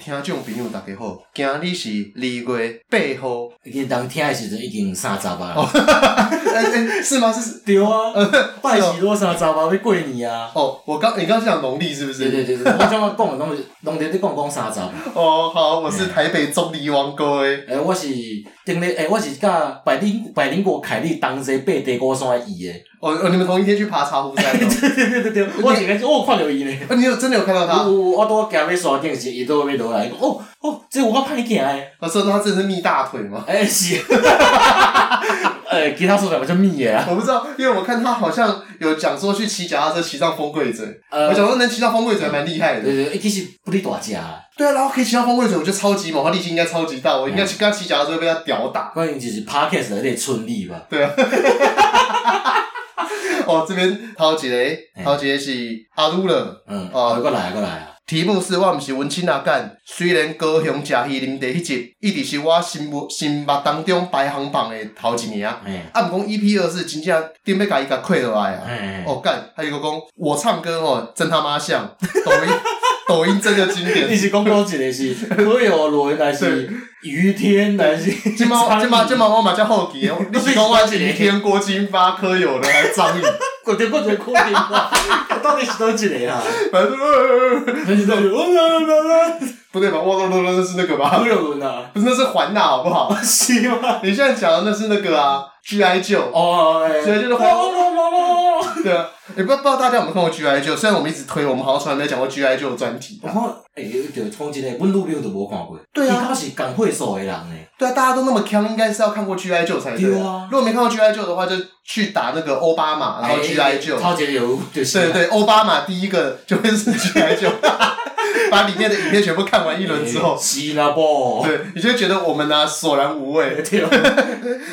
听众朋友大家好，今日是二月八号， 已经当听的时阵已经三十啊。哎哎是吗？是对啊， 拜喜多三十啊，要过年啊。哦，我刚你刚是讲农历是不对是？对对对，我怎么讲的拢是拢在你讲讲三十。哦，好，我是台北中离王哥诶，诶、我是顶日诶，我是甲百灵百灵果凯利同齐爬地沟山的伊诶。哦哦，你们同一天去爬茶壶山哦，对对对对，我一个我有看到伊呢。 哦你有真的有看到有有他？有我拄行要山顶时，伊都要落来，讲哦哦，这有我歹行诶。我哦说他真的是蜜大腿吗？ 诶、是。 诶、其他所在嘛叫密诶啊。我不知道，因为我看他好像有讲说去骑脚踏车骑上风柜嘴，呃我想说能骑到风柜嘴还蛮厉害的。对对，伊其实不哩大只啊。对啊，然后可以骑到风柜嘴，我觉得超级猛，他力气应该超级大，我嗯应该去跟他骑脚踏车被他屌打。可能就是 podcast 内底春丽吧。哦，这边头一个，头一个是阿鲁了。嗯，哦哦，过来过来啊。题目是我毋是文青啊干，虽然高雄食鱼啉茶迄集，一直是我心目心目当中排行榜的头一名。啊，哎毋过 EP 二四真正顶要甲伊甲挤落来啊！哎，哦干，还有一个讲我唱歌哦，真他妈像抖音， 抖音真的经你 典。是讲多一个是柯有伦，还是于天，还是今苍毛蝇今毛今，毛我嘛叫好 奇的，哦你是讲我是于天、郭金发、柯有伦还是张宇？我对我对柯林啊，到底是多一个啊？ 反正呃那是到底我啦啦啦不对吧？我我我我是那个吧？ 柯有伦啊，不是，那是环娜好不好？是吗？你现在讲的那是那个啊，G.I. 九。哦，哎所以就是哇哇哇哇哇对啊，也不知道大家有没有看过 G I 九，虽然我们一直推，我们好像从来没有讲过 G I 九的专题我啊、看，哎，对，讲真诶，阮女朋友都无看过，对啊伊敢是共会所诶人诶，对啊，大家都那么强，应该是要看过 G I 九才对对啊如果没看过 G I 九的话，就去打那个奥巴马，然后 G I 九。超级有，就是啊对对对，奥巴马第一个就会是 G I 九，把里面的影片全部看完一轮之后哎。是啦啵，对，你就会觉得我们呢、索然无味。对啊，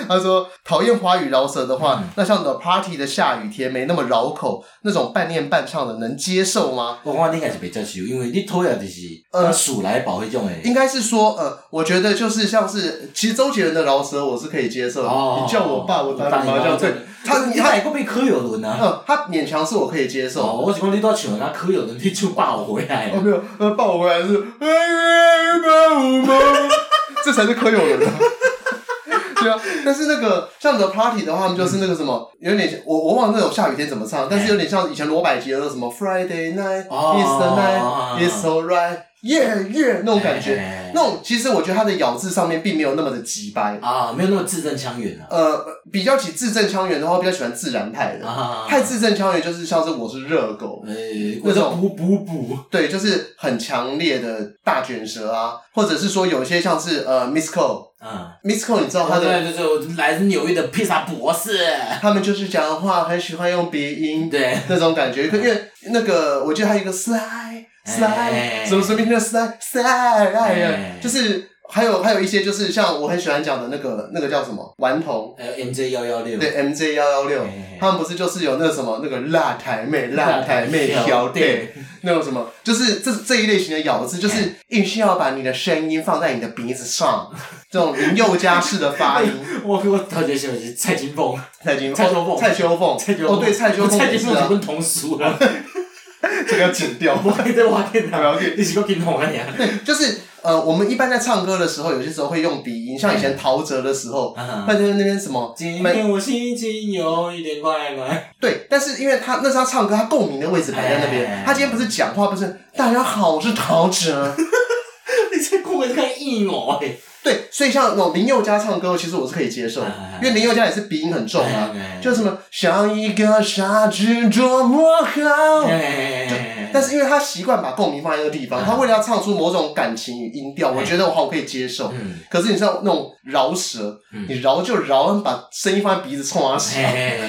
他说，讨厌华语饶舌的嗯话，那像 The Party 的下雨天没那么绕口，那种半念半唱的能接受吗？我看你应该是袂接受，因为你讨厌就是呃呃鼠来宝迄种诶。应该是说，呃，我觉得就是像是，其实周杰伦的饶舌我是可以接受的。哦，你叫我爸，我打你麻将。对，他他你你他，还个被柯有伦啊？呃，他勉强是我可以接受。哦，哦，我是讲你都像那柯有伦，你就霸我回来了。没有，呃，抱我回来是，哎哎抱我吗这才是柯有伦啊。对啊，但是那个像 The Party 的话，他们就是那个什么，有点像我我忘了那种下雨天怎么唱，但是有点像以前罗百吉的那个什么 Friday night，it's 哦 the night，it's alright，yeah yeah 那种感觉。哎那种其实我觉得他的咬字上面并没有那么的急掰，啊，没有那么字正腔圆啊。呃，比较起字正腔圆的话，我比较喜欢自然派的。啊，太字正腔圆就是像是我是热狗，诶，那或者种补补补，对，就是很强烈的大卷舌啊，或者是说有些像是呃 Miss Cole，Miss 啊， Cole 你知道哦他哦对的，对对，我来自纽约的披萨博士，他们就是讲话很喜欢用鼻音，对，那种感觉，因为那个我记得还有一个 slide slide，哎什么什么那个 slide slide，哎哎就是还有还有一些就是像我很喜欢讲的那个那个叫什么顽童，还有 MJ 幺幺六，对 MJ 幺幺六，哎他们不是就是有那个什么那个辣台妹、辣台妹挑对，那种什么，就是这这一类型的咬字，就是硬是要把你的声音放在你的鼻子上， 这种林宥嘉式的发音。我我头前想的是蔡金凤，蔡金 蔡秋凤蔡秋凤，蔡金哦对，蔡秋凤蔡也金是凤是啊，阮同事啊， 这个要剪掉。 我记得我记不要紧得，你是个金凤啊你啊，对，就是呃，我们一般在唱歌的时候，有些时候会用鼻音，像以前陶喆的时候，啊会在那边什么今没天我心情有一点怪怪。对，但是因为他那是他唱歌，他共鸣的位置摆在那边哎，他今天不是讲话，不是大家好，我是陶喆。你这顾问看硬我哎。对，所以像那种林宥嘉唱歌，其实我是可以接受，哎因为林宥嘉也是鼻音很重啊，哎就什么像一个傻子琢磨好。哎但是因为他习惯把共鸣放在那个地方，哎他为了要唱出某种感情与音调，我哎觉得我好可以接受。嗯，可是你像那种饶舌，嗯你饶就饶，你把声音放在鼻子冲啊死。哎，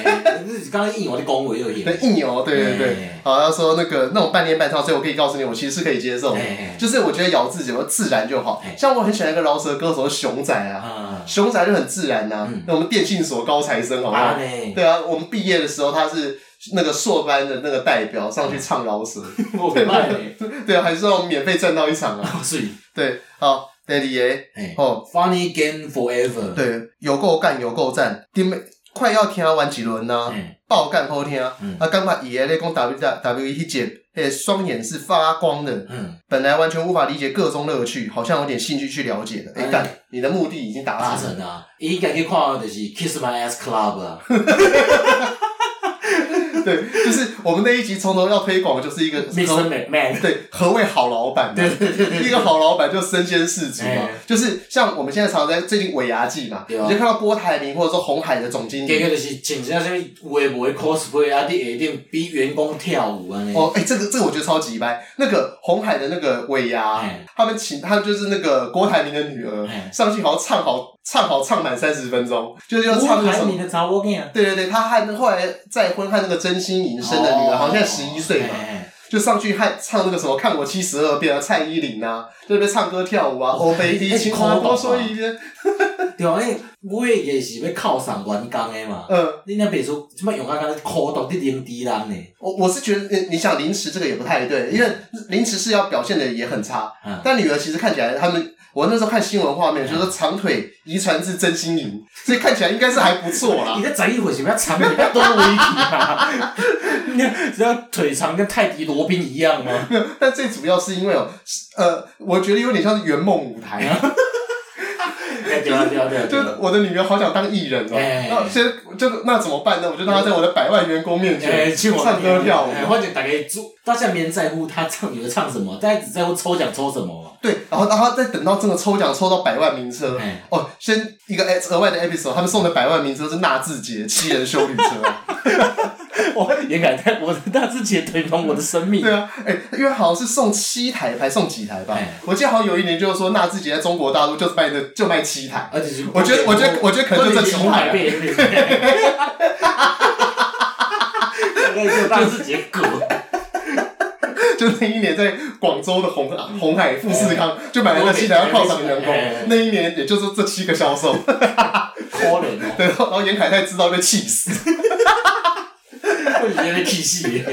你刚刚硬我的恭维又硬对，。硬哦，对对对哎，好，他说那个那种半天半唱，所以我可以告诉你，我其实是可以接受的哎，就是我觉得咬字只要自然就好哎。像我很喜欢一个饶舌歌手熊仔啊，啊，熊仔就很自然呐、嗯那我们电信所高材生，好不好啊？嘞，对啊，我们毕业的时候他是那个硕班的那个代表上去唱饶 舌，我明白嘞，对啊，还是让我们免费赚到一场啊。所以，对，好，Daddy A，哎哦， ，Funny Game Forever，，对，有够干，有够赞，顶面快要听完几轮呐、啊，哎，爆干好听，啊嗯啊，感觉伊个咧讲 W W E 迄集嘿，双眼是发光的，嗯，本来完全无法理解各中乐趣，好像有点兴趣去了解的。哎、哎干，你的目的已经达达成了。成啊！伊应该去看的就是 Kiss My Ass Club 啊， 对，就是我们那一集从头要推广，就是一个 Mr. Man，对何谓好老板嘛？一个好老板就身先士卒嘛哎。就是像我们现在常在最近尾牙季嘛，你对啊就看到郭台铭或者说红海的总经结理。果就是穿只啥物有诶无诶 cosplay 啊，伫下顶比员工跳舞安尼。哦，哎、这个这个我觉得超级掰。那个红海的那个尾牙哎，他们请他们就是那个郭台铭的女儿哎上去，好像唱好唱好唱满三十分钟，就是要唱那个什么。的查某囝，对对对，他和后来再婚和那个真心银生的女儿，好像十一岁嘛，哦哎就上去和唱那个什么“看我七十二变”啊，蔡依林啊，在那边唱歌跳舞啊，哦欧贝蒂，哎情哎话你多看说懂吗一遍，对啊，因为每个是要犒赏员工的嘛。嗯。你那别说，即摆用啊，敢苦毒伫零敌人呢？我我是觉得呃你你想凌迟这个也不太对，因为呃凌迟是要表现的也很差，啊，但女儿其实看起来他们，我那时候看新闻画面，就是说长腿遗传至真心营，所以看起来应该是还不错啦 伊。在十一岁是不要长，不要多危险啊！ 你只要腿长跟泰迪罗宾一 样吗？没有，但最主要是因为哦，呃，我觉得有点像是圆梦舞台，哎对啊对啊对啊！就对是啊我的女儿好想当艺人哦，哎那现在就那怎么办呢？我就让她在我的百万员工面哎，前去我唱歌跳舞。哎或者大家注，大家没人在乎他唱有唱什么，大家只在乎抽奖抽什么嘛。对，然后然后再等到真的抽奖抽到百万名车，哎， 哦，先一个 ex- 额外的 episode，他们送的百万名车是纳智捷七人修旅 车。我也感叹我的大自己也等同我的生命。对啊，哎、因为好像是送七台，还送几台吧哎？我记得好像有一年就是说纳智捷在中国大陆就卖的就卖七台， 而且是我觉得我觉得我觉得可能就这几七台百啊。倍。我跟你说，大自己狗，就那一年在广州的红啊红海富士康就买了那七台要犒赏员哎哎哎工，那一年也就是这七个销售。 可怜哦，对，然后然后严凯泰知道被气死， 我就觉得气死的。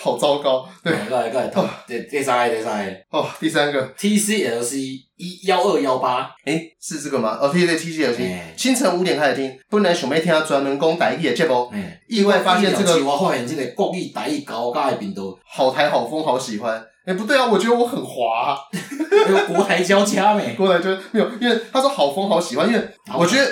好糟糕。对，来来来，头第第三个第三个哦，第三个， TCLC 一幺二幺八，哎，是这个吗？哦，对对，T G 有听，哎清晨五点开始听，本来想要听专门讲台语的节目，哎，意外发现这个我发现这个国语台语高价的频道，好台好风好喜欢。哎、不对啊，我觉得我很滑、啊。还有国台交加没？过来就没有，因为他说好风好喜欢，因为我觉得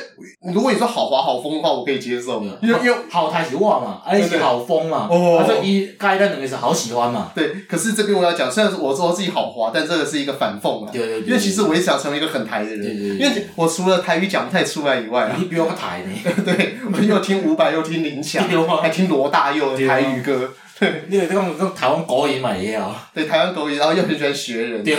如果你说好滑好风的话，我可以接受，嗯因为因为好台是我嘛，啊你是好风嘛，哦啊这一该咱两个是好喜欢嘛，对。可是这边我要讲，虽然说我说自己好滑，但这个是一个反讽啊。对对对，因为其实我也想成为一个很台的对人，对对因对为我除了台语讲不太出来以外啊， 你比我较台呢。对我又听伍佰，又听林强对啊，还听罗大佑的对台啊语歌，你有这种这种台湾国语嘛也有，对台湾狗语，然后又很喜欢学人， 对。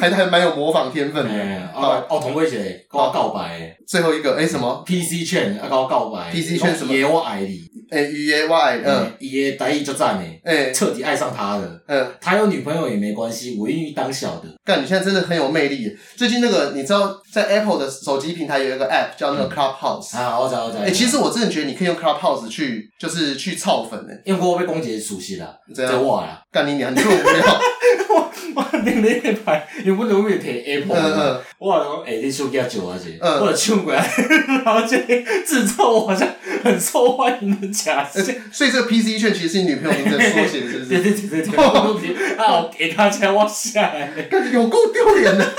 还还蛮有模仿天分的。哎，啊，哦，同过一个跟我告白的最后一个，哎什么？ ，PC 券啊，跟我告白 PC 券什么爷我爱你，哎 U A Y，嗯，嗯，爷台语就赞诶，哎彻底爱上他了。嗯。他有女朋友也没关系，我愿意当小的。干，你现在真的很有魅力耶。最近那个，你知道在 Apple 的手机平台有一个 App 叫那个 Clubhouse。哎、嗯啊，我知道我知道。其实我真的觉得你可以用 Clubhouse 去，就是去操粉诶。因为我被公姐熟悉啦，这对样我啦。干你娘，你这么无聊。我顶日那排原本拢要摕嗯 Apple 嘛，嗯， 我讲哎，你手机借我者，嗯我就抢过来， 然后这制造我好像很受欢迎的假而象。且哎所以这个 PC 券其实是你女朋友名字的缩写，是不是？对对对对对，我有啊，我给他钱，我下来。干有够丢脸的。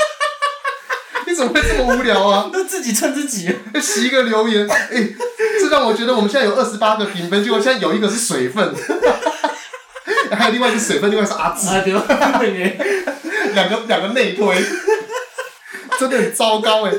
你怎么会这么无聊啊？那自己蹭自己，洗一个留言，哎、这让我觉得我们现在有二十八个评分，结果现在有一个是水分， 还有另外一个水分，另外一个是阿志。啊对吧？对两个两个内推，真的很糟糕哎。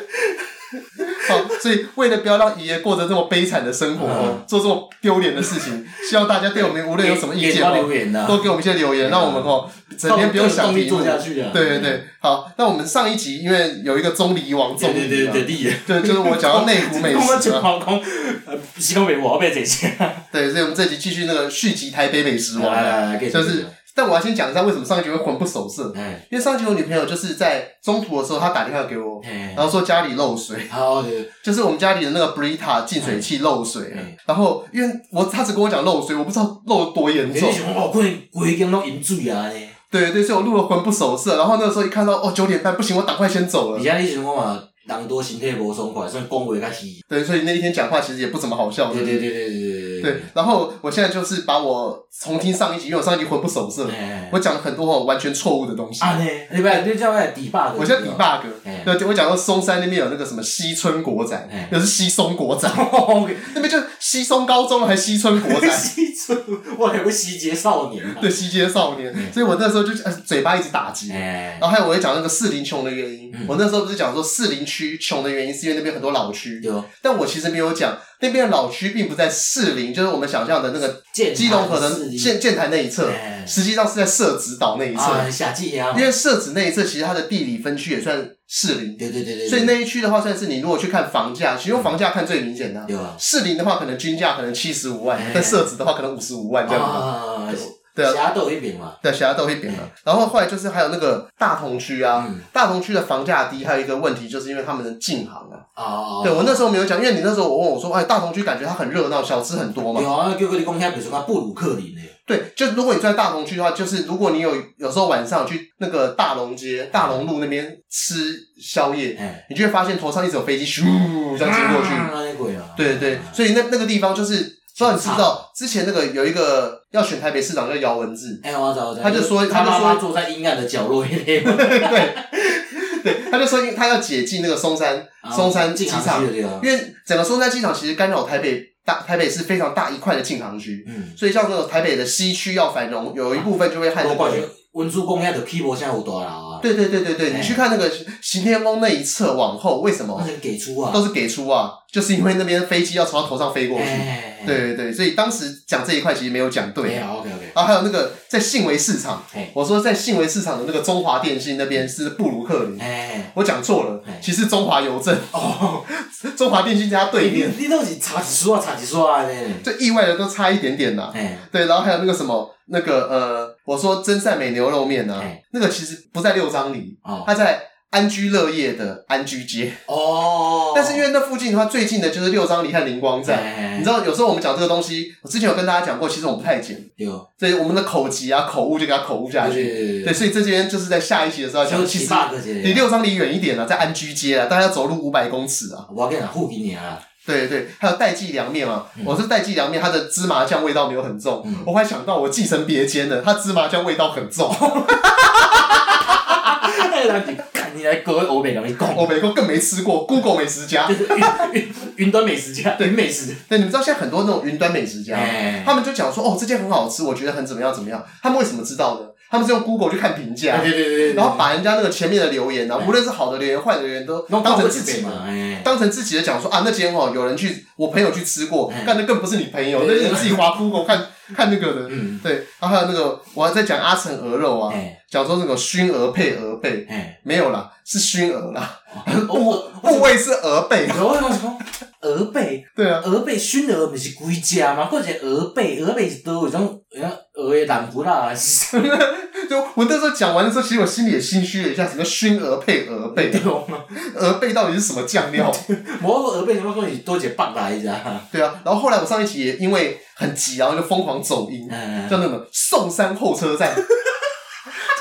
好，所以为了不要让爷爷过着这么悲惨的生活，哦嗯做这么丢脸的事情，希望大家对我们无论有什么意见多哦，哎留言呐，都给我们一些留言，让我们哦整天不用想动力题目做。下去啊。对对对，好，那我们上一集因为有一个钟离王钟对对离对嘛，对对，对，就是我讲到内湖美我们食啊全嘛，跑空，呃，西贡美我要被这些。对，所以我们这集继续那个续集台北美食王来啊。来来，给就是，但我要先讲一下为什么上一集会魂不守舍，哎因为上一集我女朋友就是在中途的时候，她打电话给我，哎然，后说家里漏水， 好的，就是我们家里的那个 Brita 净水器漏水了嗯。然后因为我他只跟我讲漏水，我不知道漏得多严你重是。想我可能规间拢饮醉啊呢？对对，所以我录了魂不守舍。然后那个时候一看到哦九点半，不行，我赶快先走而了。且你想我嘛，人多身体无爽快，所以讲话较虚。对，所以那一天讲话其实也不怎么好笑的。对对对对对对对，然后我现在就是把我重听上一集，因为我上一集魂不守舍，哎我讲了很多哦完全错误的东西。啊呢，你不你叫咩 debug？我现在 debug，哎对，我讲到松山那边有那个什么西村国宅哎，那是西松国宅， debug。那边就是西松高中还西 村国 宅。西村，我还会西节少年啊。对西街少年，嗯所以我那时候就呃嘴巴一直打结。哎然，后还有我会讲那个士林穷的原因嗯，我那时候不是讲说士林区穷的原因是因为那边很多老区，有但我其实没有讲那边的老区并不在士林，就是我们想象的那个剑基隆河潭的市建建台那一侧，哎实际上是在社子岛那一侧，啊，夏季啊因，为社子那一侧其实它的地理分区也算士林，对对对对，所以那一区的话算是你如果去看房价，其实用房价看最明显的啊。有啊，士林的话，可能均价可能七十五万哎，但社子的话可能五十五万这样子。啊，对啊侠斗一饼嘛，对，其他都会贬了。然后后来就是还有那个大同区啊，嗯大同区的房价低，还有一个问题就是因为他们的禁行啊。啊，对我那时候没有讲，因为你那时候我问我说，哎，大同区感觉它很热闹，小吃很多嘛。有啊，叫佮你讲遐，比如说布鲁克林诶，对，就如果你住在大同区的话，就是如果你有有时候晚上去那个大龙街、大龙路那边吃宵夜，哎，你就会发现头上一直有飞机咻这样经过去。啊，那鬼啊，对对对，所以那那个地方就是。不知道你知不知道，之前那个有一个要选台北市长叫姚文智，哎，我知道我知道，他就说他他就妈说妈坐在阴暗的角落一类嘛，对， 他就说因为他要解禁那个松山 啊松山机进行场区，的地方因，为整个松山机场其实干扰台北大台北市非常大一块的禁航区，嗯，所以像那种台北的西区要繁荣，有一部分就会害我那感觉个。文殊公遐的 keyboard 现在有大佬啊，对对对对对，哎你去看那个行天宫那一侧往后，为什那么是给出啊，都是给出啊？就是因为那边飞机要朝他头上飞过去。哎，对对对，所以当时讲这一块其实没有讲对。没有，OK OK，然后还有那个在信维市场哎，我说在信维市场的那个中华电信那边是布鲁克林，哎，我讲错了哎，其实中华邮政，哦， 嗯中华电信在它对你面，你都是差一撮啊，差一撮啊，呢，就意外的都差一点点呐、哎，对，然后还有那个什么，那个呃，我说真善美牛肉面呢、哎那个其实不在六张里，哦它在安居乐业的安居街。哦，但是因为那附近的话，最近的就是六张里和灵光站。哎你知道，有时候我们讲这个东西，我之前有跟大家讲过，其实我们不太简，对，所以我们的口疾啊、口误就给它口误下对去。对对，所以这边就是在下一期的时候要就讲，其起实 bug 这离六张里远一点了、在安居街啊，大概要走路五百公尺啊。我跟你讲，附近尔啦， 对对，还有代记凉面啊，嗯我是代记凉面，它的芝麻酱味道没有很重，嗯我还想到我继承别间的，它芝麻酱味道很重， 哎，人就干你来各位欧美人去讲，我美国更没吃过，Google 美食家就。是云云云端美食家，云美食，对，你们知道现在很多那种云端美食家，哎他们就讲说哦这间很好吃，我觉得很怎么样怎么样，他们为什么知道呢？他们是用 Google 去看评价，哎对对对然后把人家那个前面的留言啊，哎无论是好的留言、坏的留言都弄当成成自自己己的。嘛，哎，当成自己的讲说啊，那间哦，有人去，我朋友去吃过哎，干的更不是你朋友，那对是你自己划 Google 看看那个的。嗯，对，然后还有那个，我还在讲阿成鹅肉啊，哎讲说那个熏鹅配鹅背，哎，没有啦，是熏鹅啦，哦我我我部位是鹅背。我我讲鹅背，对啊，鹅背熏鹅不是几只嘛？或者鹅背，鹅背是都有种，鹅的蓝骨啦，是就我那时候讲完的时候，其实我心里也心虚了一下，什么熏鹅配鹅背对，吗？鹅背到底是什么酱料？我鹅背什么讲是多一个棒来着，对啊，然后后来我上一期也因为很急，然后就疯狂走音，嗯，叫那个宋山候车 站。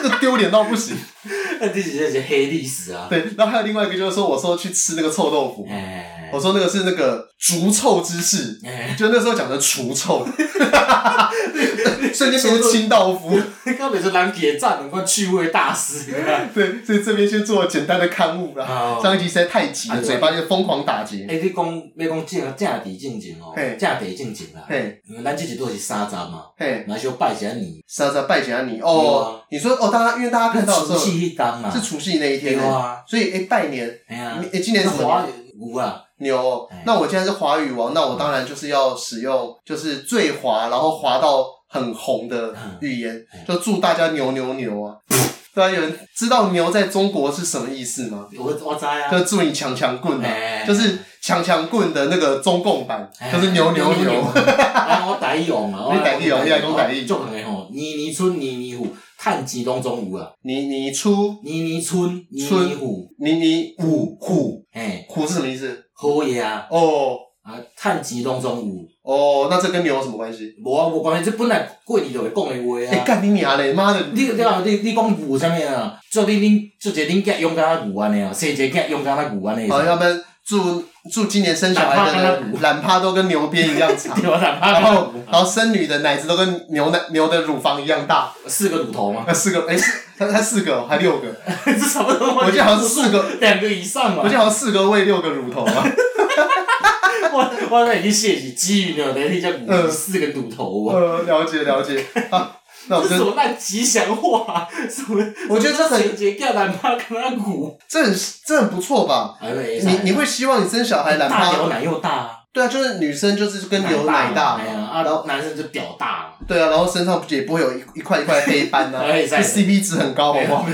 这个丢脸到不行，这是是黑历史啊，对。然后还有另外一个就是说，我说去吃那个臭豆腐，哎我说那个是那个逐臭之士，哎，就那时候讲的除臭， 瞬间变成清道夫。根本是人给赞，能够趣味大师。对，所以这边先做简单的刊物啦。啊上一集实在太急了，啊对嘴巴就疯狂打结。哎，你讲要讲正正地正经哦嘿，正地正经啦。嘿，因为咱这一都是三十啊嘛，嘿，来小拜一下年，莎莎拜见你对哦啊。你说哦，大家因为大家看到的时除候夕迄天嘛是，除夕那一天啊对欸，啊，所以哎拜年，哎呀你，哎今年是什么华年？有啊，牛哦哎。嗯那我现在是华语王，那我当然就是要使用就是最华，然后华到很红的语言嗯，就祝大家牛牛牛啊！对啊，有人知道牛在中国是什么意思吗？我我知啊，就祝你强强棍啊，哎就是强强棍的那个中共版，就是牛牛牛。。啊，我台语用哦啊，我你台语用你来讲台语做两个吼，年年春，年年虎，趁钱拢总有啊，你你出年年春，年春年虎，你你虎虎嘿，虎是什么意思？好呀，哦，啊，趁钱拢总有。哦，那这跟牛有什么关系？无啊，无关系，这本来过年就会讲哎，的话啊。干你娘嘞！妈的，你对啊，你你讲牛啥物啊？做你恁做一个恁囝养敢若牛安尼啊，生一个囝养敢若牛安尼。好，要不然祝祝今年生小孩的懒趴人懒趴都跟牛鞭一样 长，对啊，哪怕然后然后生女的奶子都跟牛奶牛的乳房一样大，四个乳头嘛，呃四个哎，四他他四个哦还六个，这差不多嘛。我记得好像是四个，两个以上嘛我记。得好像四个胃六个乳头 啊。我我那已经谢谢基于了，等一下牛嗯四个乳头啊。呃， 了解了解啊，那我们这是就什么烂吉祥话、啊？什么？我觉得这很生一个囝哪怕敢若牛。这很这很不错吧？哎没你你会希望你生小孩懒大屌趴？奶又大啊，对啊，就是女生就是跟牛奶大哎嘛，呀然啊后，男生就屌大啊。对啊，然后身上也不会有一一块一块黑斑呐、啊， 哎这在 CP 值很高，好不好？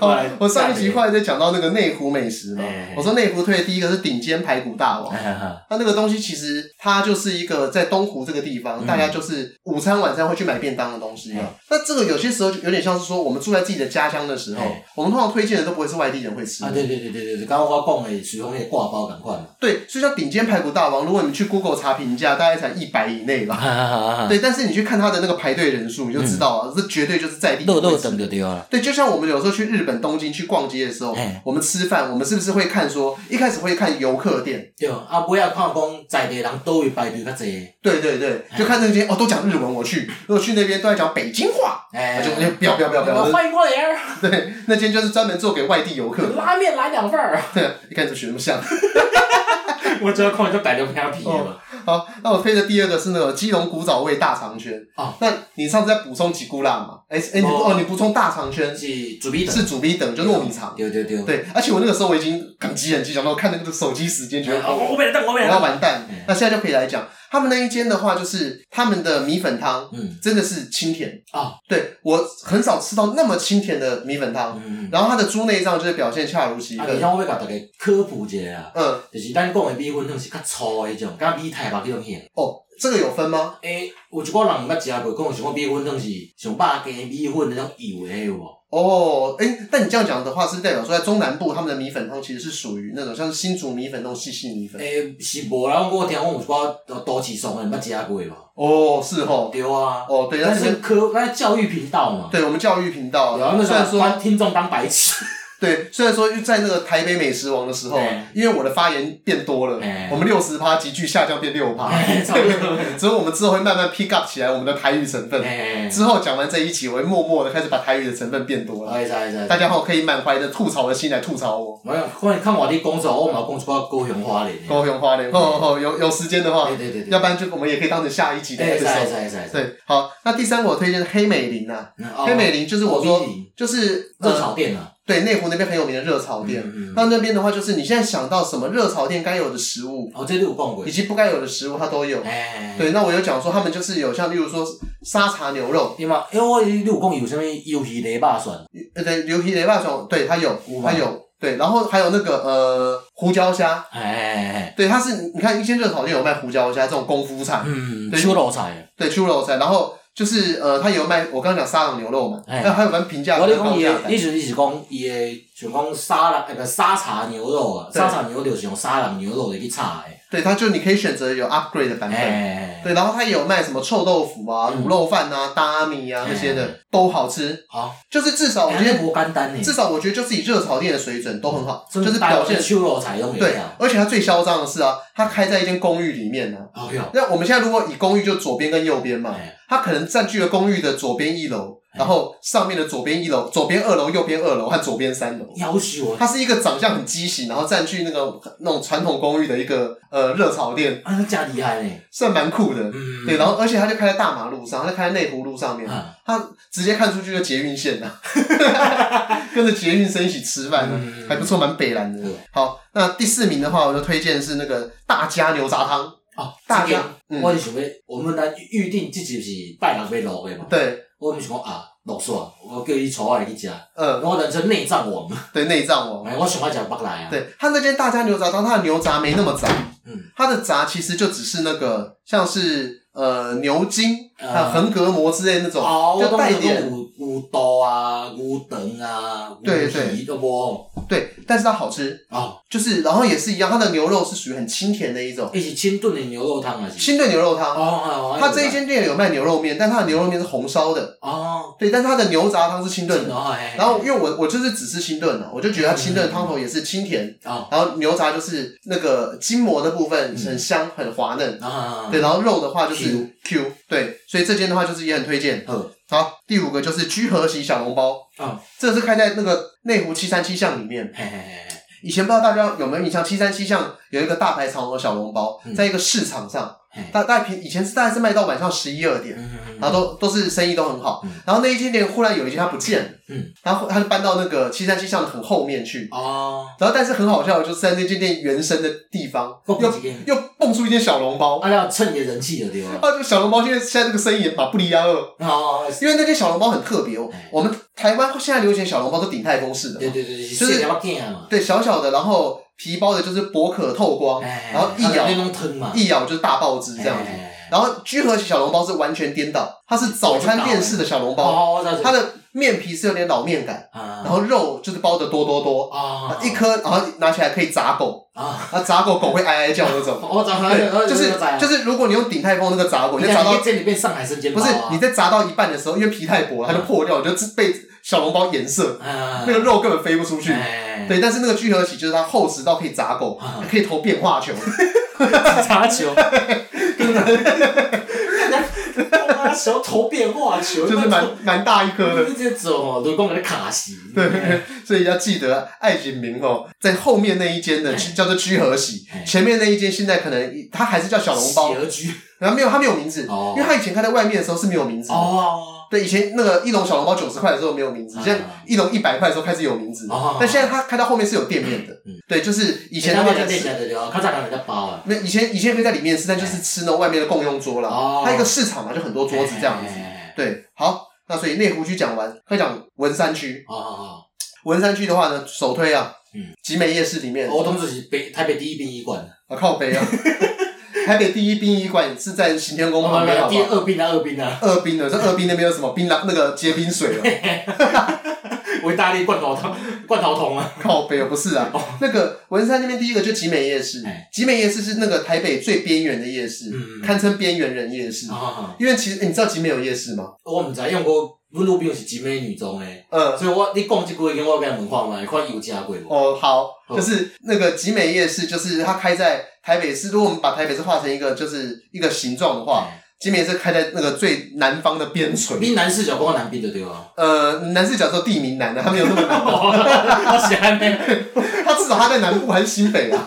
哦，我上一集后来在讲到那个内湖美食嘛哎，我说内湖推的第一个是顶尖排骨大王，哎它那个东西其实它就是一个在东湖这个地方，嗯哎大家就是午餐晚餐会去买便当的东西啊。那这个有些时候就有点像是说，我们住在自己的家乡的时候哎，我们通常推荐的都不会是外地人会吃啊，的。对对对对对对，刚刚我讲的随风的挂包赶快嘛。对，所以像顶尖排骨大王，如果你去 Google 查评价，大概才一百以内吧。啊嗯对，但是你去看它的那个排队人数，你就知道啊，这绝对就是在地人会肉肉吃的等就对了。对，就像我们有时候去日本东京去逛街的时候哎，我们吃饭，我们是不是会看说，一开始会看游客店？对，啊，尾仔看讲在地人倒位排队较济，对对对，就看那些哦，都讲日文，我去，如果去那边都在讲北京话，哎那就哎不要不要不要不要，欢迎光临，对，那间就是专门做给外地游客的，拉面来两份儿。对，你看这学那么像。我主要看就摆着偏皮的嘛。好，那我推的第二个是那个基隆古早味大肠圈哦那你上次在补充几菇辣嘛？哎哎，你哦哦，你补充大肠圈是主力的，是主力等，就糯米肠。对对对。对，而且我那个时候我已经感激很激动，然后看那个手机时间，觉得啊，我我没等，我没我要完蛋嗯。那现在就可以来讲，他们那一间的话，就是他们的米粉汤嗯真的是清甜啊。对我很少吃到那么清甜的米粉汤，嗯。然后它的猪内脏就是表现恰如其啊，而且分。我要甲大家科普一下啊，嗯，就是咱讲的米粉汤是较粗的迄种，甲米苔目迄种型。哦，这个有分吗？诶，有一个人毋捌食过，讲想讲米粉汤是上肉羹米粉那种油的那有无？哦，哎，但你这样讲的话，是代表说在中南部他们的米粉汤其实是属于那种像新竹米粉那种细细米粉。诶，是无啦，我听讲有一寡都市爽的毋捌食过嘛。哦，是哦，对啊，哦，对，那但是是科那是教育频道嘛。对我们教育频道，然后那时虽然候说把听众当白痴。对，虽然说在那个台北美食王的时候哎，因为我的发言变多了哎，我们六十趴急剧下降变六趴，差不多。 所以我们之后会慢慢 pick up 起来我们的台语成分。诶，之后讲完这一集，我会默默的开始把台语的成分变多了。会使会使。大家好，可以满怀着吐槽的心来吐槽我。我看看我伫工作，我嘛有讲一寡高雄花莲的。高雄花莲，哦哦，吼有有时间的话对，对对对。要不然就我们也可以当成下一集的诶，会使 episode。会使会使。对，好，那第三个我推荐的黑美林呐，嗯黑美林就是我哦说米林就是热呃炒店啊。对内湖那边很有名的热炒店，嗯嗯嗯那那边的话，就是你现在想到什么热炒店该有的食物，哦，这你有讲过以。及不该有的食物，它都嗯有。诶。对，那我有讲说，他们就是有像例如说沙茶牛肉，对嘛，因为我你有讲有啥物鱿鱼雷霸蒜，呃，对，牛皮雷霸爽，对，它有有，吧它有，对，然后还有那个呃胡椒虾，哎哎哎，对，它是你看一间热炒店有卖胡椒虾这种功夫菜，嗯，对手罗菜，对，猪肉菜，然后就是呃，它也有卖我刚刚讲沙朗牛肉嘛，哎那还有蛮平价我的你高讲伊价的，的，你是你是讲伊的，像讲沙拉那个沙茶牛肉啊，对沙茶牛肉是用沙朗牛肉来去炒的，对，它就你可以选择有 upgrade 的版本。哎，对，然后它也有卖什么臭豆腐啊、嗯哎卤肉饭啊、大米啊这些的，都好吃。好，就是至少我哎觉那得，不简单呢，至少我觉得哦就是以热炒店的水准都很好，就真是的大表陆的现手罗菜拢会啊对晓。。而且它最嚣张的是啊，它开在一间公寓里面呢、哦哟，那我们现在如果以公寓就左边跟右边嘛，哎，它可能占据了公寓的左边一楼，然后上面的左边一楼、左边二楼、右边二楼和左边三楼。夭寿啊！它是一个长相很畸形，然后占据那个那种传统公寓的一个呃热炒店，啊，那真厉害呢。算蛮酷的。嗯，对，然嗯后而且它就开在大马路上，它就开在内湖路上面，啊，它直接看出去就捷运线呐、 跟着捷运生一起吃饭呢、嗯还不错，嗯蛮北蓝的对。好，那第四名的话，我就推荐是那个大家牛杂汤。哦，大大家家，嗯我是想要，我们来预定这集是拜六要录的嘛，对，我们想讲啊，落煞，我叫伊带我来去食，嗯，我人称内脏王。对，内脏哦。哎，我喜欢食北来啊。，对，它那间大家牛杂汤，它的牛杂没那么杂，嗯，它的杂其实就只是那个像是呃牛筋、还有呃横膈膜之类的那种，哦，就我带讲点有牛牛肚啊、牛肠啊、牛对皮都无。哦对，但是它好吃，哦，就是然后也是一样，它的牛肉是属于很清甜的一种一起清炖的牛肉汤啊，是清炖牛肉哦汤。哦，哦它这一间店有卖牛肉面，但它的牛肉面是红烧的，哦，对，但是它的牛杂汤是清炖的。哦，嘿嘿然后因为我我就是只吃清炖的，我就觉得它清炖的汤头也是清甜，哦然后牛杂就是那个筋膜的部分很香很滑嫩，啊，对，然后肉的话就是 Q Q，对，所以这间的话就是也很推荐。呵好，第五个就是居和喜小笼包，哦，这个是开在那个内湖七三七巷里面。嘿嘿嘿嘿，以前不知道大家有没有印象，七三七巷有一个大排长龙小笼包嗯，在一个市场上嘿，大大概平以前是大概是卖到晚上十一二点，嗯嗯然后都都是生意都很好嗯。然后那一间店忽然有一间它不见了，嗯，然后他就搬到那个七三七巷的很后面去。哦，然后但是很好笑，的就是在那间店原生的地方，过又几天，又蹦出一间小笼包。啊，要趁你的人气的对吧？啊，这个小笼包现在现在这个生意也马不离亚二，哦，因为那间小笼包很特别哦哎。我们台湾现在流行小笼包都鼎泰丰式的对嘛，对对，就是是要见嘛，对，小小的，然后皮包的就是薄壳透光，哎然后一咬那种哎疼嘛，一咬就是大爆汁这样子。子，然后居和喜小笼包是完全颠倒，它是早餐店式的小笼包，哦，我知道它的面皮是有点老面感，然然后肉就是包的多多多，啊一颗然后拿起来可以砸狗，啊，哦啊砸狗狗会哀哀叫那 种。我找他对，就是哎就是如果你用鼎泰丰那个砸狗，你就砸到这里变上海生煎包不哎啊，是你在砸到一半的时候，因为皮太薄了，它就破掉，你就被小笼包颜色，啊那个肉根本飞不出去。哎对，但是那个聚合起就是它厚实到可以砸狗，啊还可以投变化 球。擦球，他小头变化球，就是蛮蛮大一颗的。你这种哦，都讲给卡死。对，所以要记得爱景明哦，在后面那一间的哎叫做居和喜哎，前面那一间现在可能它还是叫小笼包喜，而居然后没有它没有名字，哦因为它以前开在外面的时候是没有名字的。哦对，以前那个一笼小笼包九十块的时候没有名字，啊现在一笼一百块的时候开始有名字哦，但现在它开到后面是有店面的嗯。对，就是以哦以前的他话们在就店是。家的对吧？他在讲人家包啊，没有以前以前可以在里面吃，但就是吃那种外面的共用桌啦。哦它一个市场嘛，就很多桌子这样子。哎对，好，那所以内湖区讲完，快讲文山区。哦哦文山区的话呢，首推啊，嗯集美夜市里面哦，，我同事是北台北第一殡仪馆，啊靠北 啊，台北第一殡仪馆是在行天宫我旁边，们好第不好？二殡啊二殡啊，二滨的，这二滨那边有什么槟榔那个结冰水哦，维大利罐头汤罐头桶啊，靠北哦，不是啊，那个文山那边第一个就集美夜市哎，集美夜市是那个台北最边缘的夜市，嗯堪称边缘人夜市。啊，因为其实、欸你知道集美有夜市吗？我唔知道，因为我阮女朋友是集美女中诶，嗯，所以我你讲即句话，我甲问看嘛，你看伊有食过无？哦，好，嗯就是那个集美夜市，就是它开在台北市。如果我们把台北市画成一个就是一个形状的哎话，集美夜市开在那个最南方的边陲。闽南视角讲南边就对啊。呃，南是叫做地名南的，它没有那么 南啊，我是安尼，它至少它在南部还是新北啊。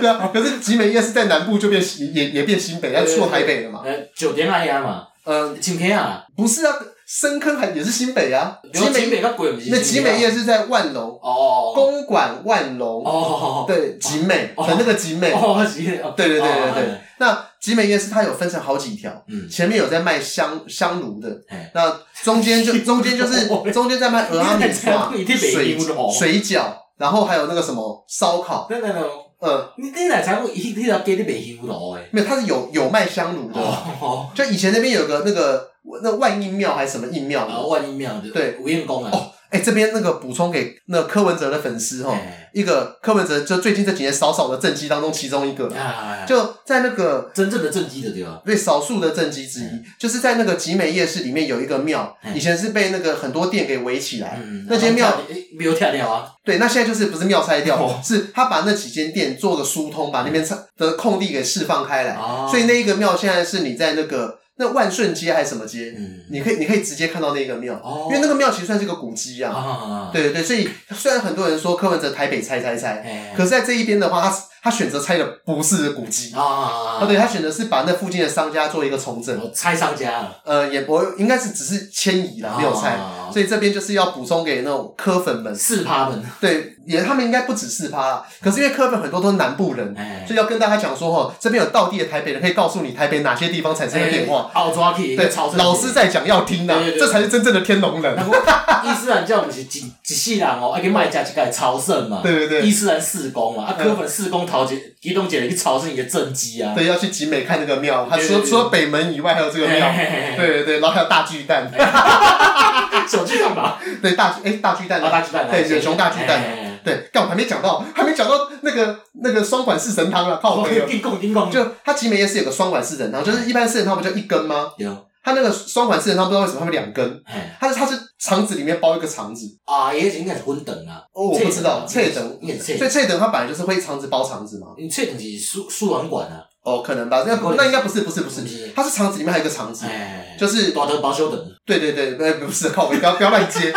对啊，可是集美夜市在南部就变西也也变新北，它出了台北了嘛。呃，九点啊遐嘛，呃，深坑啊，不是啊，深坑还也是新北啊。集集美美较贵，毋是？那集美夜市在万隆，哦，公馆万隆，哦，对，集美的那个集美。哦是，对对对对对对，那集美夜市它有分成好几条，嗯，前面有在卖香香炉的嘿，那中间就中间就是中间在卖鹅阿米刷、你在北水京哦水饺，然后还有那个什么烧烤，等等等，嗯，你你来采购，伊迄条街你袂香炉诶，没有，它是有有卖香炉的，哦，就以前那边有个那个那万应庙还是什么应庙啊，的，万一庙的，吴彦公啊，哎，这边那个补充给那柯文哲的粉丝哈，哎一个柯文哲就最近这几年少少的政绩当中其中一个，啊，就就在那个真正的正畸的对吧？对，少数的政绩之一，哎就是在那个集美夜市里面有一个庙，嗯以前是被那个很多店给围起来。嗯，那间庙没有拆掉啊，对，那现在就是不是庙拆掉，哦嗯是他把那几间店做个疏通，把那边拆的空地给释放开来。哦所以那一个庙现在是你在那个那万顺街还是什么街，嗯，你可以你可以直接看到那个庙，哦因为那个庙其实算是个古迹啊。啊，对对对，所以虽然很多人说柯文哲台北拆拆拆，对可是在这一边的话，他他选择拆的不是古迹，啊，啊，对他选择是把那附近的商家做一个重整。我拆商家了，呃，也不应该是只是迁移啦，没有拆。啊所以这边就是要补充给那种科粉们，四趴们，对，也他们应该不只是趴啦。可是因为科粉很多都是南部人，哦哎，所以要跟大家讲说哈，这边有道地的台北人可以告诉你台北哪些地方产生了变化。哎，奥抓去，对超，老师在讲要听呐对对，对这才是真正的天龙人。 伊斯兰教毋是一一世人哦，爱去卖食一个朝圣嘛，对对对嗯伊斯兰四公嘛，啊，科本四公头一其中一个去朝圣伊的政绩啊，对，要去集美看那个庙，他对除对对除了北门以外还有这个庙 哎嘿嘿。嘿对对对，然后还有大巨蛋，小巨蛋吧，对大巨哎大巨蛋啊，啊，大巨蛋啊，对远雄大巨蛋哎，对，但我还没讲到，还没讲到那个那个双管四神汤啊，靠我背哦。叮咣叮咣，就它奇美夜市有个双管四神汤，就是一般四神汤不就一根吗？有，它 那个双管四神汤不知道为什么它们两根，哎它是它是肠子里面包一个肠子。啊，也是应该是荤等啊，哦，我不知道，脆等，应该是所以脆，脆等它本来就是会肠子包肠子嘛。你脆等是输输卵管啊，哦，可能吧，那不会那应该不是嗯不是不不是是，它是肠子里面还有一个肠子，哎，就是大德保修等，对对对，呃不是靠，我不要不要乱 接，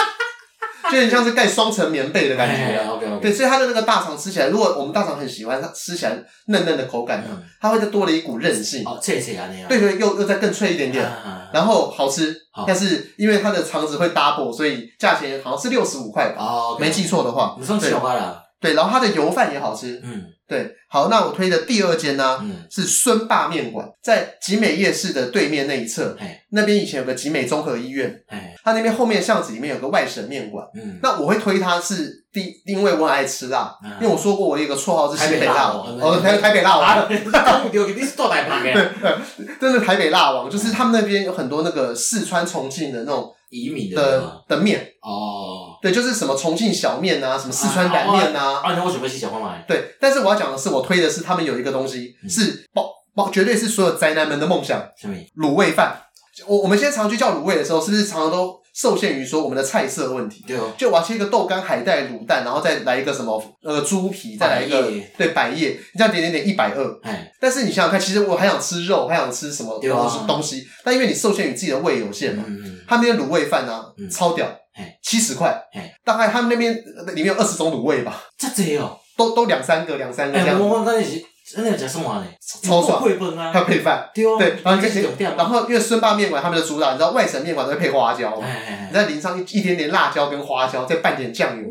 就很像是盖双层棉被的感觉啊。 ，OK 对， OK，所以它的那个大肠吃起来，如果我们大肠很喜欢，它吃起来嫩嫩的口感，嗯它会再多了一股韧性。哦，脆脆安尼啊，对对，又又再更脆一点点，啊，然后好吃好，但是因为它的肠子会 double，所以价钱好像是六十五块吧，哦，没记，错的话。你算小吧啦，对，然后它的油饭也好吃。嗯对，好，那我推的第二间呢嗯，是孙霸面馆，在集美夜市的对面那一侧，哎那边以前有个集美综合医院，哎，它那边后面巷子里面有个外省面馆。嗯，那我会推它是第，因为我很爱吃辣，啊因为我说过我有一个绰号是台西北北辣辣王王，哦，台台北辣王，啊，讲对，你是大台北的，真的台北辣王，就是他们那边有很多那个四川、重庆的那种移民的嘛的，的面，哦，对，就是什么重庆小面啊，什么四川啊擀面啊，啊，那我准备去小看买，对。但是我要讲的是，我推的是他们有一个东西嗯是包包，绝对是所有宅男们的梦想什么？ ——卤味饭。我我们现在常去叫卤味的时候，是不是常常都受限于说我们的菜色问题？对哦，就我要切一个豆干、海带、卤蛋，然后再来一个什么呃猪皮，再来一个百叶对百叶，你这样点点点一百二。哎，但是你想想看，其实我还想吃肉，还想吃什么对啊东西东西，但因为你受限于自己的胃有限嘛，嗯，他们那边卤味饭啊嗯，超屌嘿，七十块嘿，大概他们那边呃里面有二十种卤味吧，这多哦。都都两三个两三个哎、这我样，我刚才是真的有食算呢，超爽贵本啊还，有配饭，对啊，对，然后你你这就是重点然嘛，后因为孙霸面馆他们的主打，你知道外省面馆都会配花椒，你哎哎哎，再淋上一一点点辣椒跟花椒，再拌点酱哦油，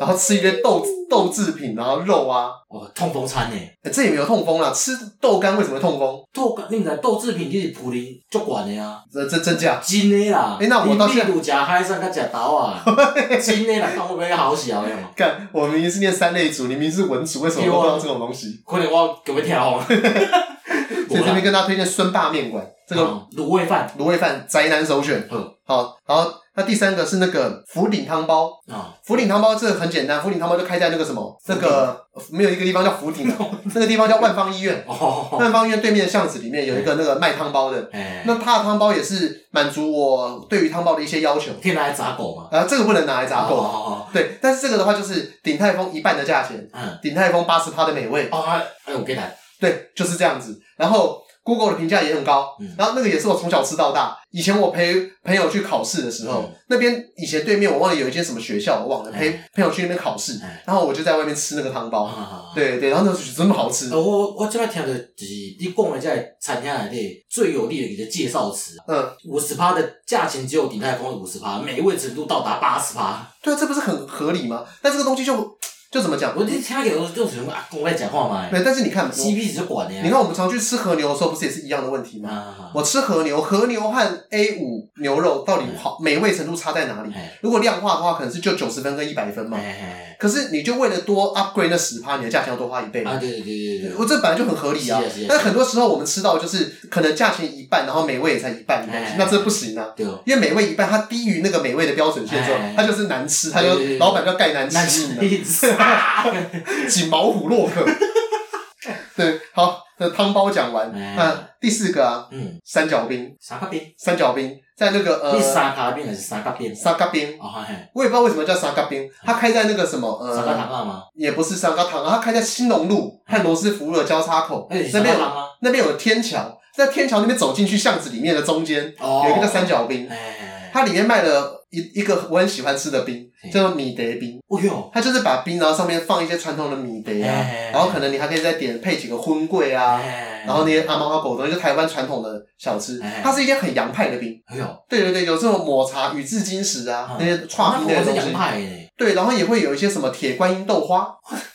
然后吃一堆豆豆制品，然后肉啊，哦，痛风餐呢，欸这也没有痛风啦，吃豆干为什么会痛风？豆干，你知道豆制品就是普林足悬的啊，这这真假？真的啦。哎那我倒是你例如食海产甲食豆 啊，真的啦，看我袂好啊笑的嘛。干，我明明是念三类组，你明明是文组，为什么都不知道这种东西？可能我给要跳啊 红。所以这边跟大家推荐孙霸面馆这个嗯卤味饭卤味饭宅男首选。嗯好，然后那第三个是那个福鼎汤包，啊，福鼎汤包这个很简单，福鼎汤包就开在那个什么，那个没有一个地方叫福鼎啊， 那个地方叫万方医院，哦，万方医院对面的巷子里面有一个那个卖汤包的，哎，那它的汤包也是满足我对于汤包的一些要求，天来杂狗嘛，啊，这个不能拿来砸哦狗，哦，哦对，但是这个的话就是鼎泰丰一半的价钱，嗯，鼎泰丰八十趴的美味，哦，啊哎，我给来，对，就是这样子。然后 Google 的评价也很高，嗯然后那个也是我从小吃到大。以前我陪朋友去考试的时候，嗯那边以前对面我忘了有一间什么学校，我忘了哎陪朋友去那边考试哎，然后我就在外面吃那个汤包，啊，对对，然后那个真的好吃，呃，我我即摆听到就是你讲的这餐厅内底最有力的一个介绍词，啊嗯，五十趴的价钱只有鼎泰丰五十趴，美味程度到达八十趴。对啊，这不是很合理吗？但这个东西就就怎么讲？我你听起来我就是啊讲阿公在讲话嘛对，但是你看，我，CP 值就管的呀。你看我们常去吃和牛的时候，不是也是一样的问题吗？啊，我吃和牛，和牛和 A 五牛肉到底好美味程度差在哪里？哎如果量化的话，可能是就九十分跟一百分嘛。哎可是你就为了多 upgrade 那十趴，你的价钱要多花一倍哎，啊，对对对对我对，这本来就很合理啊是啊是啊是啊，但很多时候我们吃到就是可能价钱一半，然后美味也才一半的东哎西，那这不行啊，对，因为美味一半，它低于那个美味的标准线之后哎，它就是难吃，它对就对对老板就盖难那吃是印了，意思啊。锦毛虎洛克。对，好，那汤包讲完，哎那第四个啊，嗯，三角冰，三角边，三角冰在那个你呃三角边还是三角边？沙嘎冰，哦嘿，我也不知道为什么叫沙嘎冰，它开在那个什么啊三角糖呃，啊吗？也不是沙嘎糖，啊它开在新农路和罗斯福路的交叉口哎，那三角边糖有啊。那边有天桥，在天桥那边走进去巷子里面的中间哦有一个叫三。角冰，哎，它里面卖了一一个我很喜欢吃的冰嗯，叫做米德冰，哦哟，它就是把冰然后上面放一些传统的米德啊，哎然后可能你还可以再点配几个荤桂啊。哎然后那些阿猫阿狗的东西，就台湾传统的小吃哎，它是一些很洋派的冰，哎呦，对对对，有这种抹茶、与至今时啊嗯，那些串冰类那的是东洋西。派呢。对，然后也会有一些什么铁观音豆花，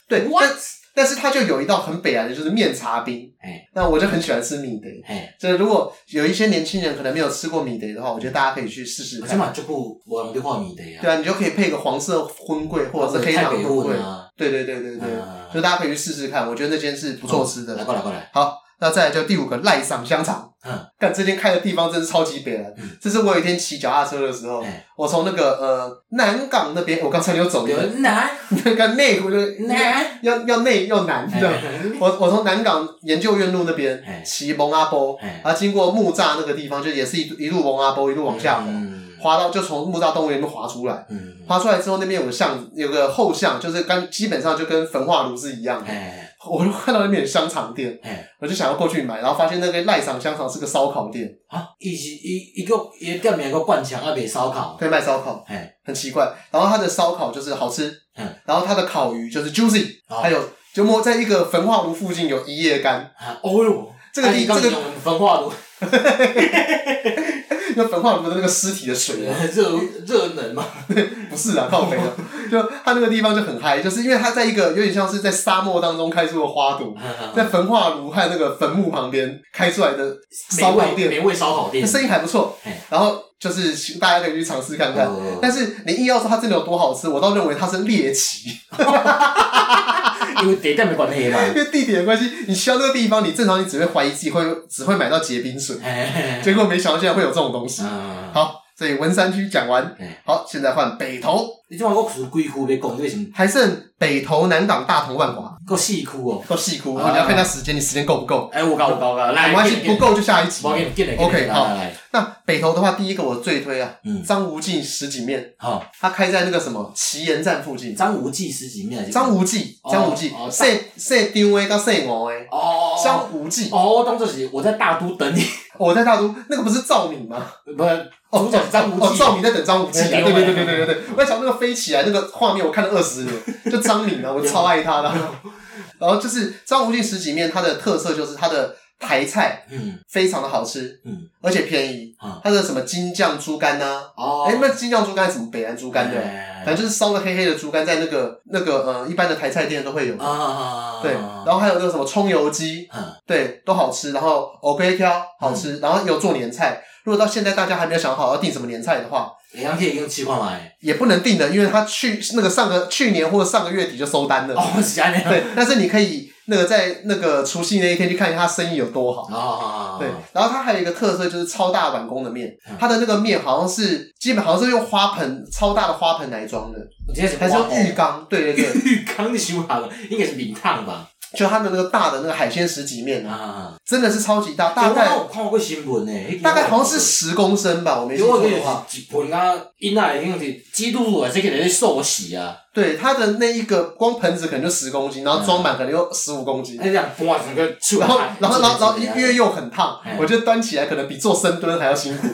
对，但 What？但是它就有一道很北来的，就是面茶冰。哎那我就很喜欢吃米德，哎，就是如果有一些年轻人可能没有吃过米德的话，我觉得大家可以去试试我即看。嘛足久无人咧看面的啊。对啊，你就可以配个黄色荤桂或者是黑哦太糖北荤部桂了，啊。对对对对对，啊就大家可以去试试看，我觉得那间是不错吃来的。过来过来，好，那再来就第五个赖上香肠，嗯，干这间开的地方真是超级北蓝嗯。这是我有一天骑脚踏车的时候，哎我从那个呃南港那边，我刚才有走有了人难 那个内湖就是难，要要内要南哎这样。我我从南港研究院路那哎边骑蒙阿波，哎，啊，经过木栅那个地方，就也是一一路蒙阿波一路往下滑，嗯滑到就从木栅动物园那边滑出来。嗯，滑出来之后，那边有个巷，有个后巷，就是刚基本上就跟焚化炉是一样的。哎我就看到那边有香肠店，哎我就想要过去买，然后发现那个赖上香肠是个烧烤店，啊，伊是伊伊个伊店名个灌肠啊，卖烧烤，对，卖烧烤，哎很奇怪。然后它的烧烤就是好吃，嗯，然后它的烤鱼就是 juicy，、哦还有就摸在一个焚化炉附近有一夜干，啊，哦哟，这个地啊你这个讲用焚化炉那焚化炉的那个尸体的水啊， 热热 能嘛，不是啊，靠北 啊，就它那个地方就很嗨，就是因为它在一个有点像是在沙漠当中开出的花朵，嗯在焚化炉和那个坟墓旁边开出来的烧美烤味店，美味烧烤店那，生意还不错哎。然后就是大家可以去尝试看看。哦但是你硬要说它真的有多好吃，我倒认为它是猎奇，因为地点的关系嘛，因为地点的关系，你去到那个地方，你正常你只会怀疑自己会只会买到结冰水，哎，结果没想到竟然会有这种东西。啊，好，所以文山区讲完哎，好，现在换北投，你即满我属几区咧讲，你为什么？还剩北投、南港、大同、万华，够四区哦。够细哭。啊你要看它时间，你时间够不够？哎，有够有够有够，来，没关系，不够就下一集我。给你进来。 OK，好来，来那北投的话，第一个我最推啊，嗯，张无忌十几面，好，它开在那个什么奇岩站附近。张无忌十几啊面，张无，无忌，哦张无忌哦，说说张的到说五的，哦哦哦，张无忌。哦，我当作是我在大都等你， 我在大都，那个不是赵敏吗？不 是，主角是张无哦，忌，赵敏在等张无忌啊。对对对对对对对对对对，我在想那个飞起来那个画面，我看了二十年，就张敏啊，我超爱她的。然后就是张无忌十几面，它的特色就是它的台菜嗯非常的好吃，嗯，而且便宜啊。它的什么京酱猪肝呐，哦，哎，那金酱猪肝是什么北安猪肝对吧？哎反正就是烧的黑黑的猪肝，在那个那个呃一般的台菜店都会有。啊，对，然后还有那个什么葱油鸡，嗯对，都好吃。然后藕龟挑好吃，然后有做年菜。如果到现在大家还没有想好要订什么年菜的话，会当去用试看卖，也不能订的，因为他去那个上个去年或者上个月底就收单了。哦，是安尼，对，但是你可以那个在那个除夕那一天去看一下他生意有多好。哦，对，然后它还有一个特色就是超大碗公的面嗯，它的那个面好像是基本好像是用花盆超大的花盆来装的，我今天是还是用浴哦缸？对对 对，浴缸的修好了，应该是面烫吧，就它的那个大的那个海鲜十几面啊，啊，真的是超级大，哎大我概哪有看过新闻呢，大概好啊像是十公升吧，我没记因为错我的话。就是一盆啊，因那已经是基督徒啊，这个人受洗啊，对，它的那一个光盆子可能就十公斤，然后装满可能有十五公斤。那这样搬整个出然后，然后，然哎后，然后，因为为又很烫，嗯我觉得端起来可能比做深蹲还要辛苦。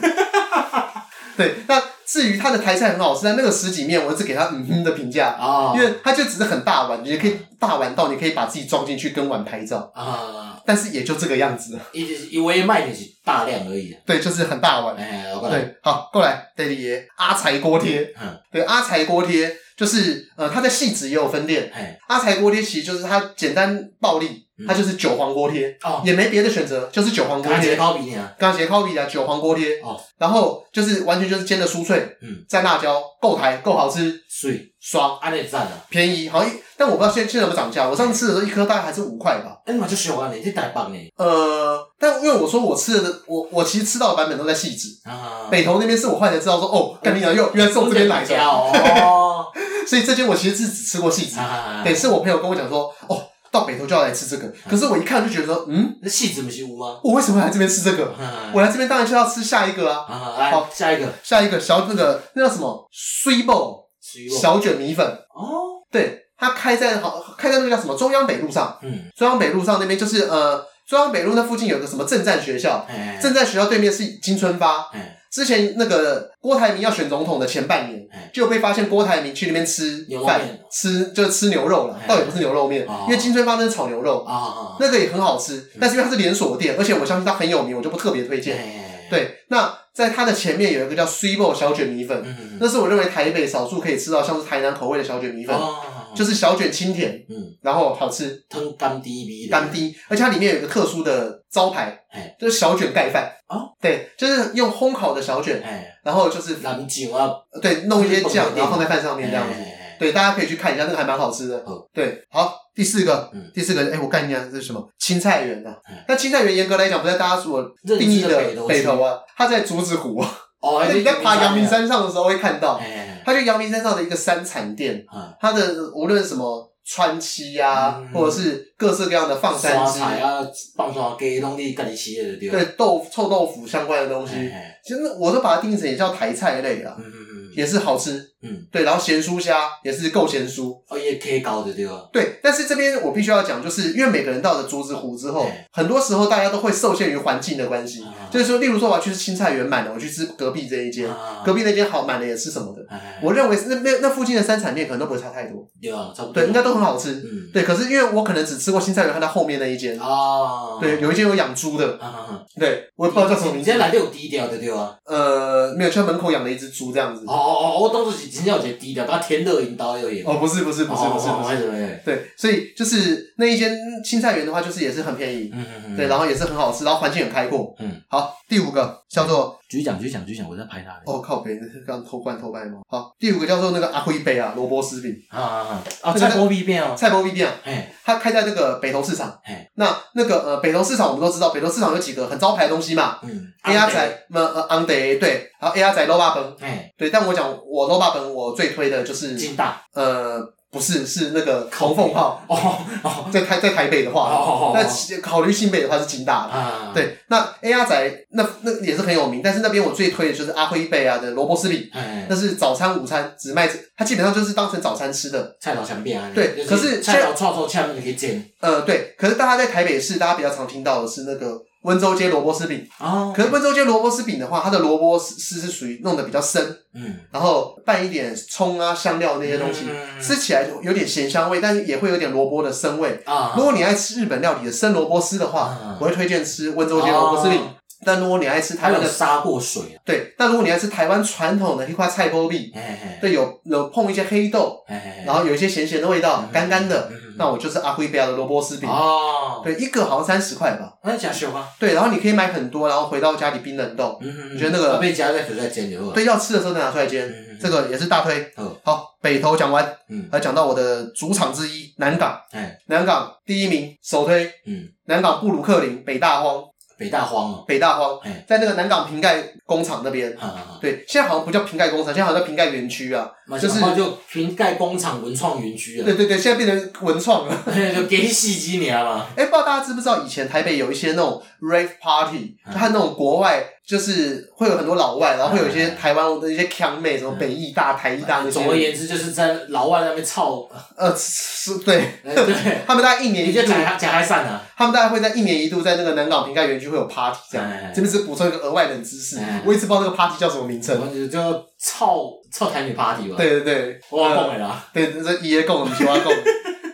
对，那至于它的台菜很好吃，但那个十几面我只给它嗯哼的评价，啊，因为它就只是很大碗，你也可以大碗到你可以把自己装进去跟碗拍照，啊，但是也就这个样子。伊就是伊唯一卖点是大量而已啊，对，就是很大碗。哎，我讲，对，好，过来，d a 弟爷，阿财锅贴，嗯，对，阿财锅贴就是呃，它在戏子也有分店。哎，阿财锅贴其实就是它简单暴力，嗯它就是韭黄锅贴，哦，也没别的选择，就是韭黄锅刚才贴。高比呢，刚杰靠比啊，韭黄锅贴，哦，然后就是完全就是煎的酥脆，嗯，蘸辣椒，够台，够好吃，水爽，安尼赞啊，便宜，好像一，但我不知道现现在有没有涨价。我上次吃的时候一颗大概还是五块吧，哎嘛就俗安尼，这台北呢，呃，但因为我说我吃的，我我其实吃到的版本都在细致，啊，北投那边是我后来才知道说，哦，干你娘又原来是从这边来的， 哦，所以这间我其实是只吃过细致，啊对，是我朋友跟我讲说，哦，到北投就要来吃这嗯个。可是我一看就觉得说，嗯，那戏子不是有吗？我为什么来这边吃这个？啊我来这边当然是要吃下一个啊，啊，来下一个，下一个小那个那叫什么水包水果小卷米粉，哦，对，它开在好开在那个叫什么中央北路上，嗯，中央北路上那边就是呃中央北路那附近有个什么正战学校，哎，正战学校对面是金春发。哎，之前那个郭台铭要选总统的前半年哎，就被发现郭台铭去那边吃牛肉饭面，吃就吃牛肉了，哎倒也不是牛肉面哦，因为金春发那是炒牛肉，啊啊，那个也很好吃，但是因为它是连锁店，而且我相信它很有名，我就不特别推荐。哎，对，那在它的前面有一个叫 s u i b o 小卷米粉，嗯，那是我认为台北少数可以吃到像是台南口味的小卷米粉，哦，就是小卷清甜，嗯，然后好吃，汤干滴味的，干滴，而且它里面有一个特殊的招牌哎，就是小卷盖饭。哦，对，就是用烘烤的小卷，哎，然后就是南酱啊，对弄一些就是酱，捧在然后放在店饭上面这样子。哎，对，大家可以去看一下，那个还蛮好吃的好。对，好，第四个嗯，第四个，哎，我干你啊，这是什么？青菜园呐嗯。但青菜园严格来讲，不在大家所认定义知的的北北头头啊，它在竹子湖啊。哦，那你在爬阳明，山上的时候会看到，哎，它就阳明山上的一个山产店，啊，它的无论什么川七呀、啊，嗯或者是各式各样的放山山鸡，菜啊，放山鸡拢你家己饲的就对对了。豆臭豆腐相关的东西，哎哎其实我都把它定义成也叫台菜类啦，嗯嗯嗯，也是好吃。嗯，对，然后咸酥虾也是够咸酥。哦，也可以搞的对了。对，但是这边我必须要讲，就是因为每个人到了竹子湖之后哎，很多时候大家都会受限于环境的关系，啊就是说，例如说我要去吃青菜园满了，我去吃隔壁这一间，啊隔壁那间好满了也吃什么的。哎我认为是那那那附近的山产面可能都不会差太多，对啊，差不多。对，应该都很好吃。嗯对，可是因为我可能只吃过新菜园和它后面那一间，啊，对，有一间有养猪的，啊啊啊，对，我也不知道叫什么名你字这，来就有低调的对啊。呃，没有，就在门口养了一只猪这样子哦。哦哦，我当初是真正有一个低调，把天乐引导而已。哦，不是，不是，不是，不是，不是，不是，对，所以就是那一间青菜园的话，就是也是很便宜，嗯嗯嗯，对，然后也是很好吃，然后环境很开阔。嗯，好，第五个叫做继续讲，继续讲，继续讲，我在拍他的。哦靠北，刚偷灌偷白猫。好，第五个叫做那个阿辉杯啊，萝卜丝饼，啊啊啊！啊，菜波比变哦。菜包必店啊，哎，它开在那个北投市场嘿。那那个呃，北投市场我们都知道，北投市场有几个很招牌的东西嘛嗯，A R，仔、么呃昂德对，然后 A R 仔肉霸崩哎，对。但我讲我肉霸崩，我最推的就是金大，呃不是是那个红凤炮，哦哦在台在台北的话，哦那其考虑新北的话是金大的。啊，，对，那 A R 仔那那也是很有名，但是那边我最推的就是阿辉贝啊的萝卜丝饼，哎那，是早餐午餐只卖，它基本上就是当成早餐吃的。菜头前边啊，对就可是菜头臭臭欠你去煎呃，对，可是大家在台北市，大家比较常听到的是那个温州街萝卜丝饼。哦可是温州街萝卜丝饼的话，它的萝卜丝是属于弄得比较深，嗯然后拌一点葱啊、香料那些东西，嗯吃起来就有点咸香味，但是也会有点萝卜的生味。啊，如果你爱吃日本料理的生萝卜丝的话，嗯我会推荐吃温州街萝卜丝饼。哦但如果你爱吃还台湾有的，杀过水啊，对，但如果你爱吃台湾传统的一块菜包饼，哎对，有有碰一些黑豆，哎，然后有一些咸咸的味道，干干的，嗯，那我就是阿辉贝尔的萝卜丝饼。哦，对，一个好像三十块吧。那假小啊，对，然后你可以买很多，然后回到家里冰冷冻。嗯你觉得那个被夹在水在煎就好了，对，要吃的时候再拿出来煎，嗯，这个也是大推。嗯好，北投讲完，嗯还讲到我的主场之一南港。哎，南港第一名，首推嗯，南港布鲁克林北大荒，北大荒哦，北大荒哎在那个南港瓶盖工厂那边。啊啊，对，现在好像不叫瓶盖工厂，现在好像叫瓶盖园区啊。啊就是就瓶盖工厂文创园区啊对，对对，现在变成文创了。就给戏机你啊嘛，哎，不知道大家知不知道，以前台北有一些那种 rave party，就嗯和那种国外，就是会有很多老外，然后会有一些嗯台湾的一些腔妹，什么北艺大、台艺大那总而些，言之就是在老外那边操，呃，是，对，哎对， 他们大概一年你一就度，假假嗨散啊。他们大概会在一年一度在那个南港瓶盖园区会有 party 这样。哎这边是补充一个额外冷知识嗯，我一直不知道那个 party 叫什么名我称。们就叫操操台女 party 吧。，对对对，我忘了啦。对，这是爷贡、皮蛙 贡。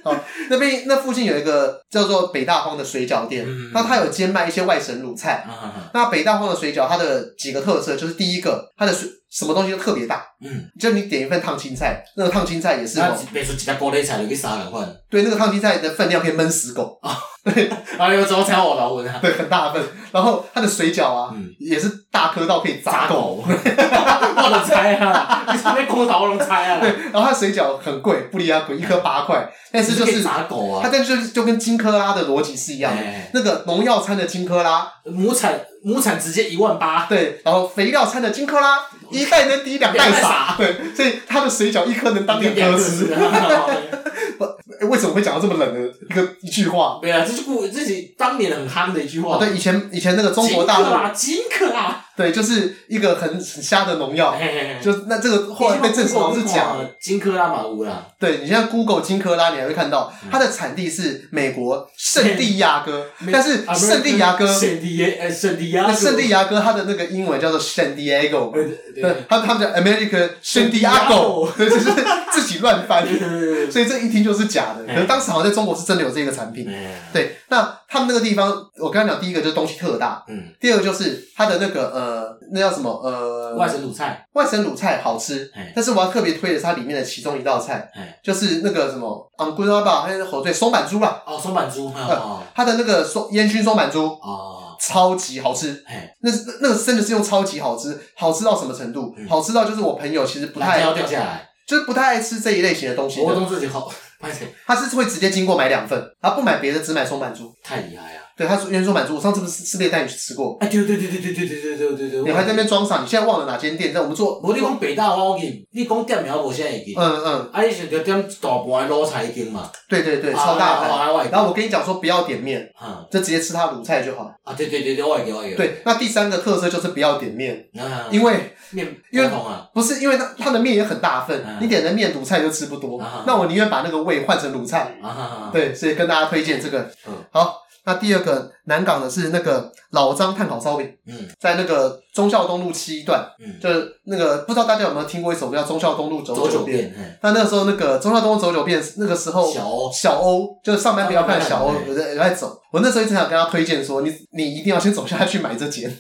好，那边那附近有一个叫做北大荒的水饺店嗯，那它有兼卖一些外省卤菜。啊那北大荒的水饺，它的几个特色就是第一个，它的水什么东西都特别大，嗯，就你点一份烫青菜，那个烫青菜也是那哦，别说一只高丽菜就去杀两份，对，那个烫青菜的分量可以闷死 狗，啊，你要怎么才我老文啊？对，很大份。然后它的水饺啊，嗯也是大颗到可以砸狗，，我都猜啊，你从那锅头我都猜啊，对，然后它的水饺很贵，布里亚贵，一颗八块，但是就嗯你可以是砸狗它啊，但就是就跟金科拉的逻辑是一样的。哎那个农药掺的金科拉，亩产亩产直接一万八，对，然后肥料掺的金科拉，一袋能抵两袋两袋傻撒，对，所以它的水饺一颗能当两颗吃。吃啊。诶为什么会讲到这么冷的一个一句话？对啊，这是故这是当年很夯的一句哦，话。对，以前以前那个中国大金克陆，啊，金克啊，对，就是一个很很瞎的农哎药，就就是那这个后来被证实好像是假的。金克拉嘛有啦，对你现在 Google 金科拉，你还会看到嗯它的产地是美国圣地亚哥，但是啊不圣地亚哥，圣地耶，呃，圣地亚那哥，圣地亚哥它的那个英文叫做 San Diego 嘛。呃，对，他们他们讲 American San San Diego， Diego 对，就是自己乱 翻，对对所以这一听就是假的。可哎是当时好像在中国是真的有这个产品。对，对，那他们那个地方，我刚刚讲第一个就是东西特大，嗯，第二个就是它的那个呃，那叫什么呃，外省卤菜，外省卤菜好吃哎，但是我要特别推的是它里面的其中一道菜哎，就是那个什么昂龟拉吧，还是火腿松板猪啦，哦，松板猪，哦它的那个松烟熏松板猪哦，超级好吃。嘿，那是那那个真的是用超级好吃，好吃到什么程度？嗯好吃到就是我朋友其实不辣太椒掉下来，就是不太爱吃这一类型的东西我的。东自己好，拍谁他是会直接经过买两份，他不买别的，只买松板猪。太厉害啊！对，他说原松板猪，我上次不是是不是也带你去吃过？哎，对对对对对对对对对对对，你还在那边装傻，你现在忘了哪间店？在我们做，无你讲北大我记，你讲店名我无啥会记，嗯嗯，啊，你想着点大盘的卤菜羹嘛，对对对，啊超大啊盘。啊我会记然后我跟你讲说，不要点面，哈就直接吃他卤菜就好。啊，对对对对，我会记我会记，对，那第三个特色就是不要点面，啊，因为面因为不同啊，不是因为它它的面也很大份嗯，你点的面卤菜就吃不多啊，那我宁愿把那个胃换成卤菜。啊哈哈，对，所以跟大家推荐这个嗯。好，那第二个南港的是那个老张炭烤烧饼，嗯在那个忠孝东路七段，嗯，就是那个不知道大家有没有听过一首歌叫《忠孝东路走走九九遍》。遍，嘿那那个时候，那个忠孝东路走九遍，那个时候小欧，小欧就是上班不要看小欧上班不有在有在走。我那时候一直想跟他推荐说，你你一定要先走下去买这间，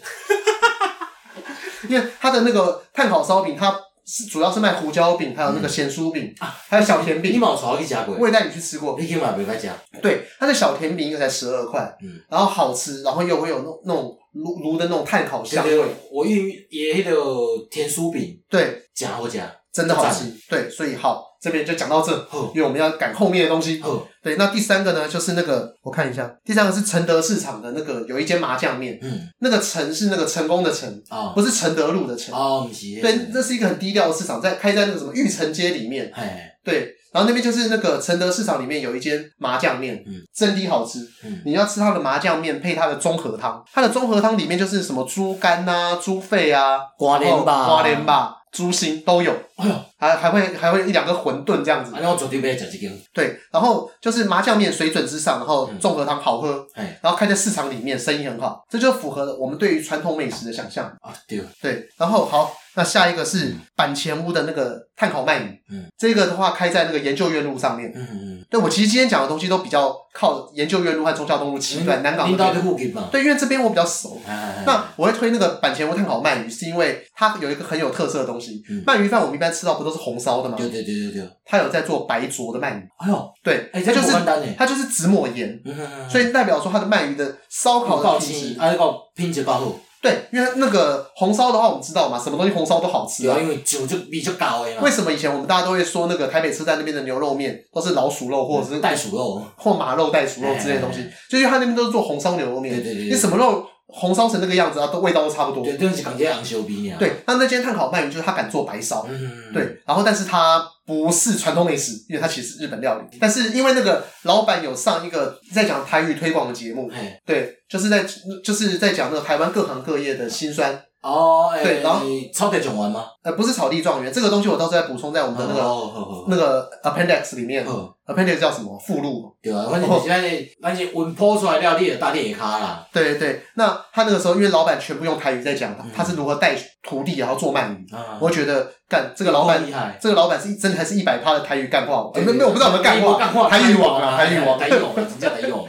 因为他的那个炭烤烧饼，它是主要是卖胡椒饼，还有那个咸酥饼，嗯还有小甜你饼。嘛有带我去食过？我也带你去吃过，你去嘛袂歹食，对，它的小甜饼一个才十二块，嗯然后好吃，然后又会有那种那种炉炉的那种炭烤对香对味，对，我伊伊迄个甜酥饼对，真好食，真的好吃，对，所以好，这边就讲到这，好，因为我们要赶后面的东西。好，对，那第三个呢，就是那个我看一下，第三个是承德市场的那个有一间麻酱面，嗯，那个承是那个成功的成，啊不是承德路的承。啊，毋是，对，这是一个很低调的市场，在开在那个什么玉成街里面。嘿，对，然后那边就是那个承德市场里面有一间麻酱面，嗯真的好吃。嗯你要吃它的麻酱面配它的综合汤，它的综合汤里面就是什么猪肝呐、猪肺啊、瓜莲吧，花莲，吧、猪心都有，哎呦，还还会还会有一两个馄饨这样子。安尼我绝对要食一间，对，然后就是麻酱面水准之上，然嗯后综合汤好喝，嘿，然后开在市场里面，生意很好，这就符合了我们对于传统美食的想象。啊对，对，然后好，那下一个是板前屋的那个炭烤鳗鱼，嗯，这个的话开在那个研究院路上面。嗯嗯，对我其实今天讲的东西都比较靠研究院路和中孝东路七段、南港那恁兜伫边，附近嘛，嗯对，因为这边我比较熟。哎，那我会推那个板前屋炭烤鳗鱼，是因为它有一个很有特色的东西。嗯鳗鱼饭我们一般吃到不都是红烧的吗？对对对对对，它有在做白灼的鳗鱼，哎呦，对，哎，它这就不是简单诶，它就是只抹盐，嗯所以代表说它的鳗鱼的烧有烤够的品鲜，质。啊，迄个品质够啊好，对，因为那个红烧的话，我们知道嘛，什么东西红烧都好吃对啊啊，。因为酱就味就够诶为嘛，什么以前我们大家都会说那个台北车站那边的牛肉面都是老鼠肉或者是袋鼠肉，或马肉、袋鼠肉之类的东西哎，就因为它那边都是做红烧牛肉面，对对对对你什么肉红烧成那个样子啊，都味道都差不多。对，等是共这红烧味尔，，对，那那间炭烤鳗鱼就是它敢做白烧，嗯，对，然后但是它不是传统美食，因为它其实是日本料理。但是因为那个老板有上一个在讲台语推广的节目，嘿，对，就是在就是在讲那个台湾各行各业的辛酸，哦，哎，对然后草地状元吗？呃，不是草地状元这个东西，我到时候再补充在我们的那个、哦好好好那个哦 appendix 里面好。 ，appendix 叫什么附录？对啊，反正就是咱的，咱是文剖出来了，你就搭你的卡啦。对对对，那他那个时候因为老板全部用台语在讲他是如何带徒弟然后做鳗鱼，啊我觉得干这个老板厉害，这个老板是一真的还是一百趴的台语干话，没没哦有我不知道有没有干干话，台语王啊，台语王。台语王，真正台啊语王。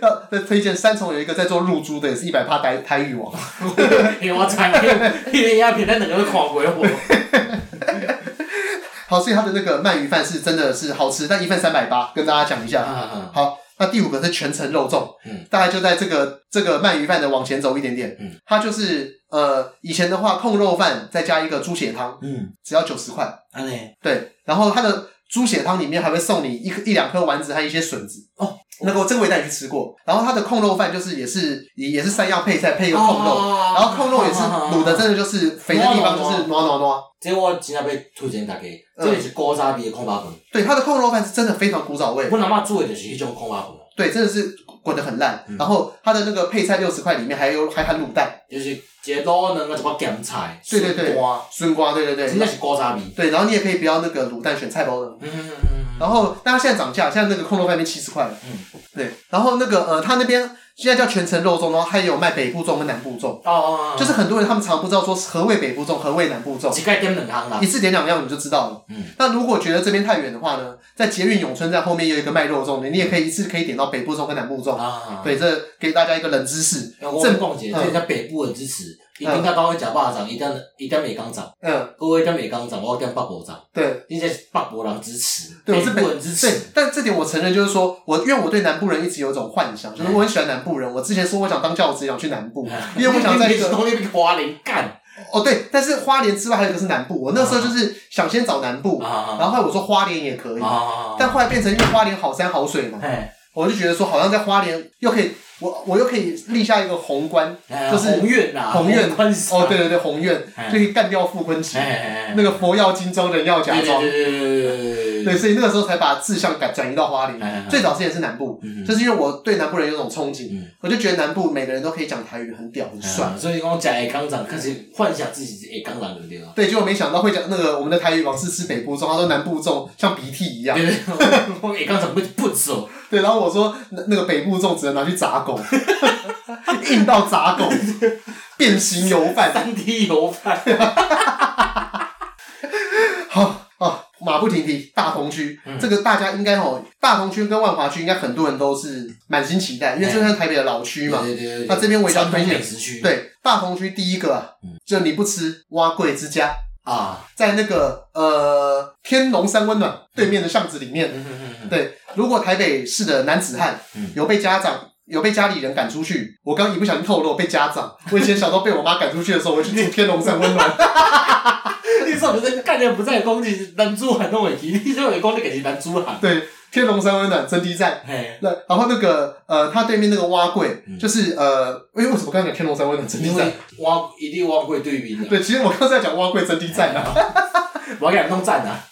那那推荐三重有一个在做入珠的，也是一百趴台台语王。 嘿，我知，迄个影片咱两个都看过无？好，所以他的那个鳗鱼饭是真的是好吃，但一份三百八，跟大家讲一下。 啊，好，那第五个是全程肉粽，嗯大概就在这个这个鳗鱼饭的往前走一点点，嗯，它就是呃以前的话控肉饭再加一个猪血汤，嗯，只要九十块，安尼，对，然后它的猪血汤里面还会送你一颗一两颗丸子和一些笋子哦。那个我这个我也带你去吃过，然后它的控肉饭就是也是也也是三样配菜配一个控肉，然然后控肉也是哦卤的，真的就是肥的地方就是哦糯糯糯。这我真正要推荐大家，这是古早味的空巴粉。对，它的控肉饭是真的非常古早味，阮阿嬷煮的就是迄种空巴哦粉，对，真的是滚得很烂。嗯然后它的那个配菜六十块里面还有还含卤蛋、就是一个卤卵啊，一个咸菜，对对对笋干笋瓜，对对真正对，是古早味。对，然后你也可以不要那个卤蛋，选菜包的。嗯嗯嗯然后，但它现在涨价，现在那个控肉饭变七十块了。嗯，对，然后那个呃，他那边现在叫全城肉粽，然后还有卖北部粽跟南部粽，哦哦，就是很多人他们常不知道说何谓北部粽，何谓南部粽，一概点两项啦一。次点两样你就知道了。嗯，那如果觉得这边太远的话呢，在捷运永春站后面有一个卖肉粽的，你也可以一次可以点到北部粽跟南部粽。啊，哦对，这给大家一个冷知识。我正讲一下，即个北部的支持，伊嗯顶甲到去食肉粽，伊点伊点袂讲粽，嗯，各位点袂讲粽，我点北部粽，对你这是北部人支持，对，北我是部人支对持，，但这点我承认，就是说我因为我对南部人一直有一种幻想，嗯就是我很喜欢南部人。我之前说我想当教职，想去南部，因为我想在一你是个讲你是花莲干，哦，对，但是花莲之外还有一个是南部，我那时候就是想先找南部，啊，然后后来我说花莲也可以，啊，但后来变成因为花莲好山好水嘛，哎，我就觉得说好像在花莲又可以，我我又可以立下一个宏观，哎就是宏愿啊，宏愿观赏哦，对，对对，宏愿哎就可以干掉傅昆萁哎，哎哎，那个佛要金装人要假装对，对对对对对对，所以那个时候才把志向改转移到花莲。哎哎最早之前是南部，嗯就是因为我对南部人有种憧憬，嗯我就觉得南部每个人都可以讲台语，很屌，很帅。啊所以讲食会讲人，开始幻想自己是会讲人就对了。对，结果没想到会讲那个我们的台语老师是北部粽，他说南部粽像鼻涕一样。对对，对我会讲人不不走，对，然后我说那那个北部粽只能拿去砸狗， 硬到砸 狗，变形油饭。三 D 油饭。好啊，马不停蹄，大同区、嗯这个大家应该哦，大同区跟万华区应该很多人都是满心期待，因为这算台北的老区嘛。对对对对那这边我也要推荐传统美食区。对，大同区第一个啊，嗯就你不吃蛙贵之家，啊，在那个呃天龙山温暖对面的巷子里面。嗯嗯嗯对，如果台北市的男子汉嗯有被家长。有被家里人赶出去，我刚一不小心透露被家长。我以前小时候被我妈赶出去的时候，我去住天龙山温 暖。嗯你说不是概念不在讲是男子汉拢会记，你就会讲你家是男子汉。对，天龙山温暖真滴站。嘿，那然后那个呃，他对面那个蛙柜、嗯就是呃，因为为什么刚刚讲天龙山温暖真滴因站为？我一定我过对面的，对，其实我刚刚在讲蛙柜真滴站啊。我给人弄赞啊。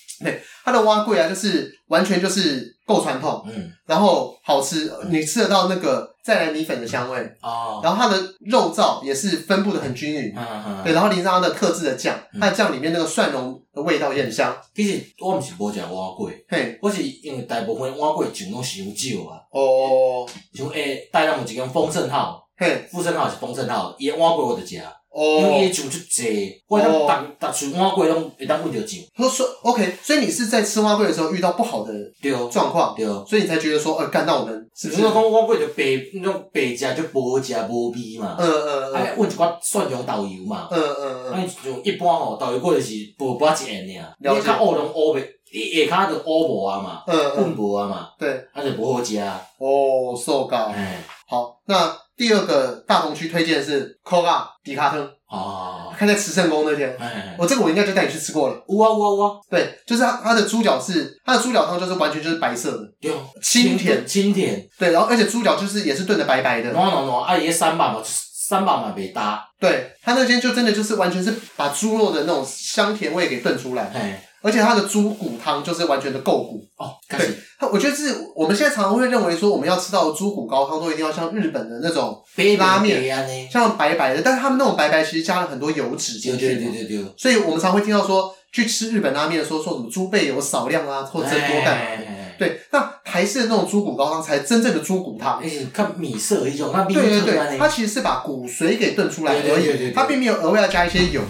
它的蛙柜啊，就是完全就是够传统，嗯，然后好吃，你吃得到那个再来米粉的香味，哦，然后它的肉燥也是分布的很均匀，嗯嗯对，嗯，然后淋上它的特制的酱，嗯它的酱里面那个蒜蓉的味道也很香，其实我毋是无食碗粿，嘿，我是因为大部分碗粿上拢伤少啊，哦，像诶，大量有一间丰盛号，嘿，富盛号是丰盛号，伊的碗粿我著食。因为哦，伊上出济，我当逐逐厝碗粿拢会当阮着上，说说 OK，所以你是在吃蛙柜的时候遇到不好的对状况，对。所以你才觉得说，呃，干，那我们是只不是是？讲呃碗粿就白，那种白食就无食无味嘛。呃啊，呃阮一寡蒜蓉豆油嘛，呃呃啊呃，像一般吼豆油粿就是薄薄一圆尔，了解你较乌拢乌袂，伊下骹就乌无啊嘛，呃滚呃，无啊嘛，对，啊就无好食。哦，受够。哎，好，那第二个大同区推荐的是 Cola 迪卡汤，哦，开在慈圣宫那天，哎，我这个我应该就带你去吃过了。有啊有啊有啊，对，就是它它的猪脚是它的猪脚汤就是完全就是白色的，对，清甜，嗯清甜，对，然后而且猪脚就是也是炖的白白的，软软软，啊伊个三瓣嘛，三瓣嘛袂搭，对，它那间就真的就是完全是把猪肉的那种香甜味给炖出来，哎，而且它的猪骨汤就是完全的够骨。哦，开 始它我觉得是我们现在常常会认为说我们要吃到的猪骨高汤都一定要像日本的那种白拉面白安尼，像白白的，但是他们那种白白其实加了很多油脂进去对对嘛，对对对。所以我们常会听到说，去吃日本拉面的时候，说什么猪背有少量啊，或增多干嘛的。哎对，那台式的那种猪骨高汤才真正的猪骨汤。哎，是较米色迄种，那米对对特安对，尼它，其实是把骨髓给炖出来对对而对对已，对它并没有额外要加一些油。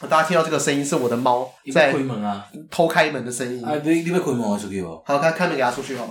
哦大家听到这个声音是我的猫你要在开门啊！偷开门的声音。啊，你你要开门我出去无？好，开开门给它出去好了，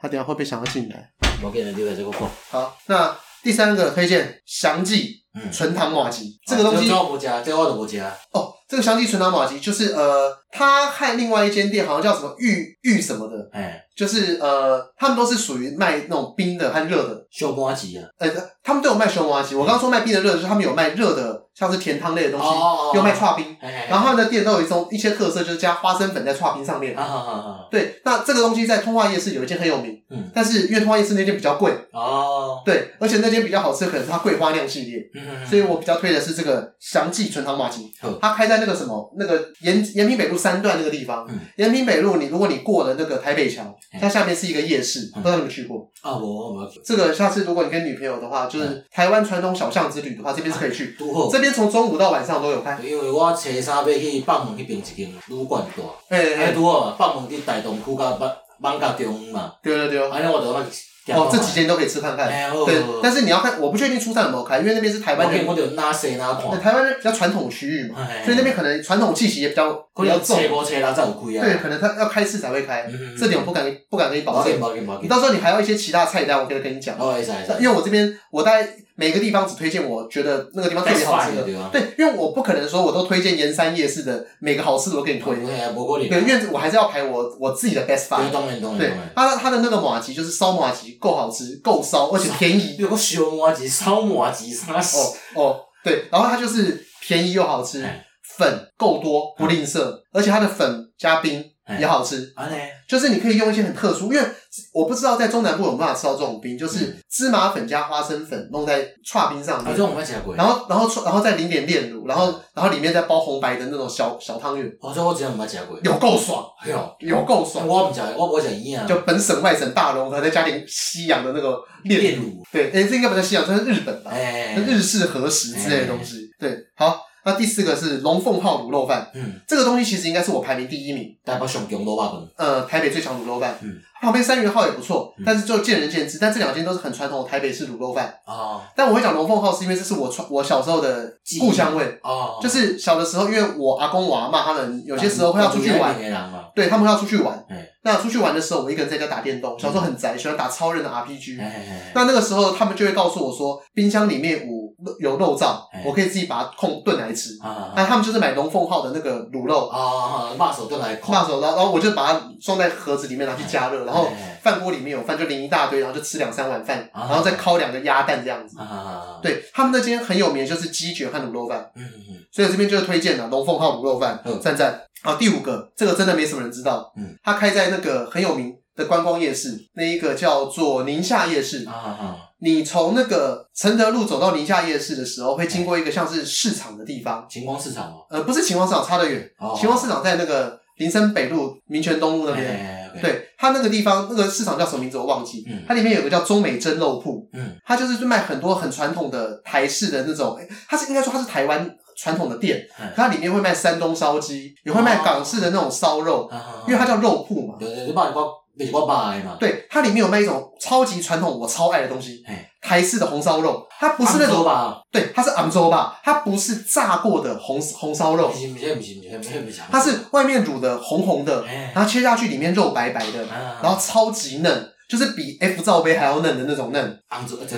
它等一下会不会想要进来？无见你来这个看。好，那第三个推荐祥记嗯，纯糖麻吉，这个东西这我无食，啊这我都无食。哦，这个香记纯糖玛吉就是呃，它和另外一间店好像叫什么玉玉什么的，哎，就是呃，他们都是属于卖那种冰的和热的，小半子啊。呃，他们都有卖熊麻嗯吉。我刚刚说卖冰的热的，就是他们有卖热的，像是甜汤类的东西，哦有卖。刨冰。哎，然后他们的店都有一种一些特色，就是加花生粉在刨冰上面。啊啊啊对，那这个东西在通化夜市有一间很有名，嗯但是因为通化夜市那间比较贵，哦，对，而且那间比较好吃，可能是它桂花酿系列。嗯所以我比较推的是这个祥记纯糖玛吉好，它开在那个什么那个延延平北路三段那个地方嗯。延平北路，你如果你过了那个台北桥，嗯它下面是一个夜市，不知道你们去过？啊无我无去，这个下次如果你跟女朋友的话，就是台湾传统小巷之旅的话，这边是可以去。拄好这。边从中午到晚上都有开。因为我初三要去放门迄边一间旅馆住，哎哎哎，拄好嘛，放门伫大同区甲万万甲中央嘛，对对对哦，安尼我就捌哦，这几间都可以吃看看。哎哦，对，但是你要看，我不确定初三有没有开，因为那边是台湾台湾人人，我就哪西哪看呃。台湾人比较传统区域嘛，所以那边可能传统气息也比较可比较能重找。无找人才有开啊。对，可能他要开市才会开，嗯，这点我不敢不敢跟你保无证紧。无紧无你紧，到时候你还要一些其他菜单，我可以跟你讲。哦，会使会使，因为我这边我大概每个地方只推荐我觉得那个地方特别好吃的。对啊，对，因为我不可能说我都推荐盐山夜市的每个好吃的我给你推。对啊，无可能，对，因为我还是要排我我自己的 best 对 five。当然当然当对然，。它的它的那个马吉就是烧马吉，够好吃，够烧，而且便宜。啊有个小麻吉、烧麻吉啥哦哦，对，然后它就是便宜又好吃哎，粉够多不吝啬，而且它的粉加冰哎也好吃。啊嘞，就是你可以用一些很特殊，因为我不知道在中南部有没有办法吃到这种冰，就是芝麻粉加花生粉弄在串冰上嗯啊，面这，种我没吃过。然后然后串然后再淋点炼乳，然后然后里面再包红白的那种小小汤圆，我说我真的没吃过。有够爽，哎呦，有够爽。我唔食，我我食伊啊，就本省外省大融合，再加点西洋的那个炼炼乳，乳，对，哎、这应该不叫西洋，这是日本吧？哎，日式和食之类的东西。对，好，那第四个是龙凤号卤肉饭，嗯，这个东西其实应该是我排名第一名，台北上强萝卜饭，呃，台北最强卤肉饭。嗯旁边三元号也不错嗯，但是就见仁见智。但这两间都是很传统的台北式卤肉饭。哦但我会讲龙凤号，是因为这是我传我小时候的记忆故乡味，哦，就是小的时候，因为我阿公我阿妈他们有些时候会要出去玩的，人啊嘛，对他们会要出去玩哎。嗯那出去玩的时候，我一个人在家打电动，小时候很宅，喜欢打超人的 RPG。哎，那那个时候，他们就会告诉我说，冰箱里面有有肉燥哎，我可以自己把它控炖来吃。啊那他们就是买龙凤号的那个卤肉，啊，肉手都来烤，那时候，然后然后我就把它装在盒子里面拿去加热，然后哎饭锅里面有饭就淋一大堆，然后就吃两三碗饭，啊然后再烤两个鸭蛋这样子。啊，对他们那间很有名，就是鸡卷和卤肉饭，嗯嗯所以我这边就是推荐了啊龙凤号卤肉饭，嗯赞赞。好，第五个，这个真的没什么人知道，嗯，它开在那个很有名的观光夜市，那一个叫做宁夏夜市嗯，。啊啊，你从那个承德路走到宁夏夜市的时候，会经过一个像是市场的地方，晴光市场哦，呃，不是秦皇市场，差得远。哦秦皇市场在那个林森北路、民权东路那边。哎，哎，对，它那个地方那个市场叫什么名字我忘记。嗯它里面有个叫中美蒸肉铺，嗯它就是卖很多很传统的台式的那种，诶它是应该说它是台湾传统的店，嗯可它里面会卖山东烧鸡，也会卖港式的那种烧肉，啊，因为它叫肉铺嘛。对对，你把你我你是我爸的嘛，对，它里面有卖一种超级传统我超爱的东西哎，台式的红烧肉，它不是那红种烧吧，对，它是昂州吧，它不是炸过的红红烧肉不，是不是不是不是不是不是，它是外面卤的红红的，哎，然后切下去里面肉白白的，然然后超级嫩，就是比 F 罩杯还要嫩的那种嫩。杭州这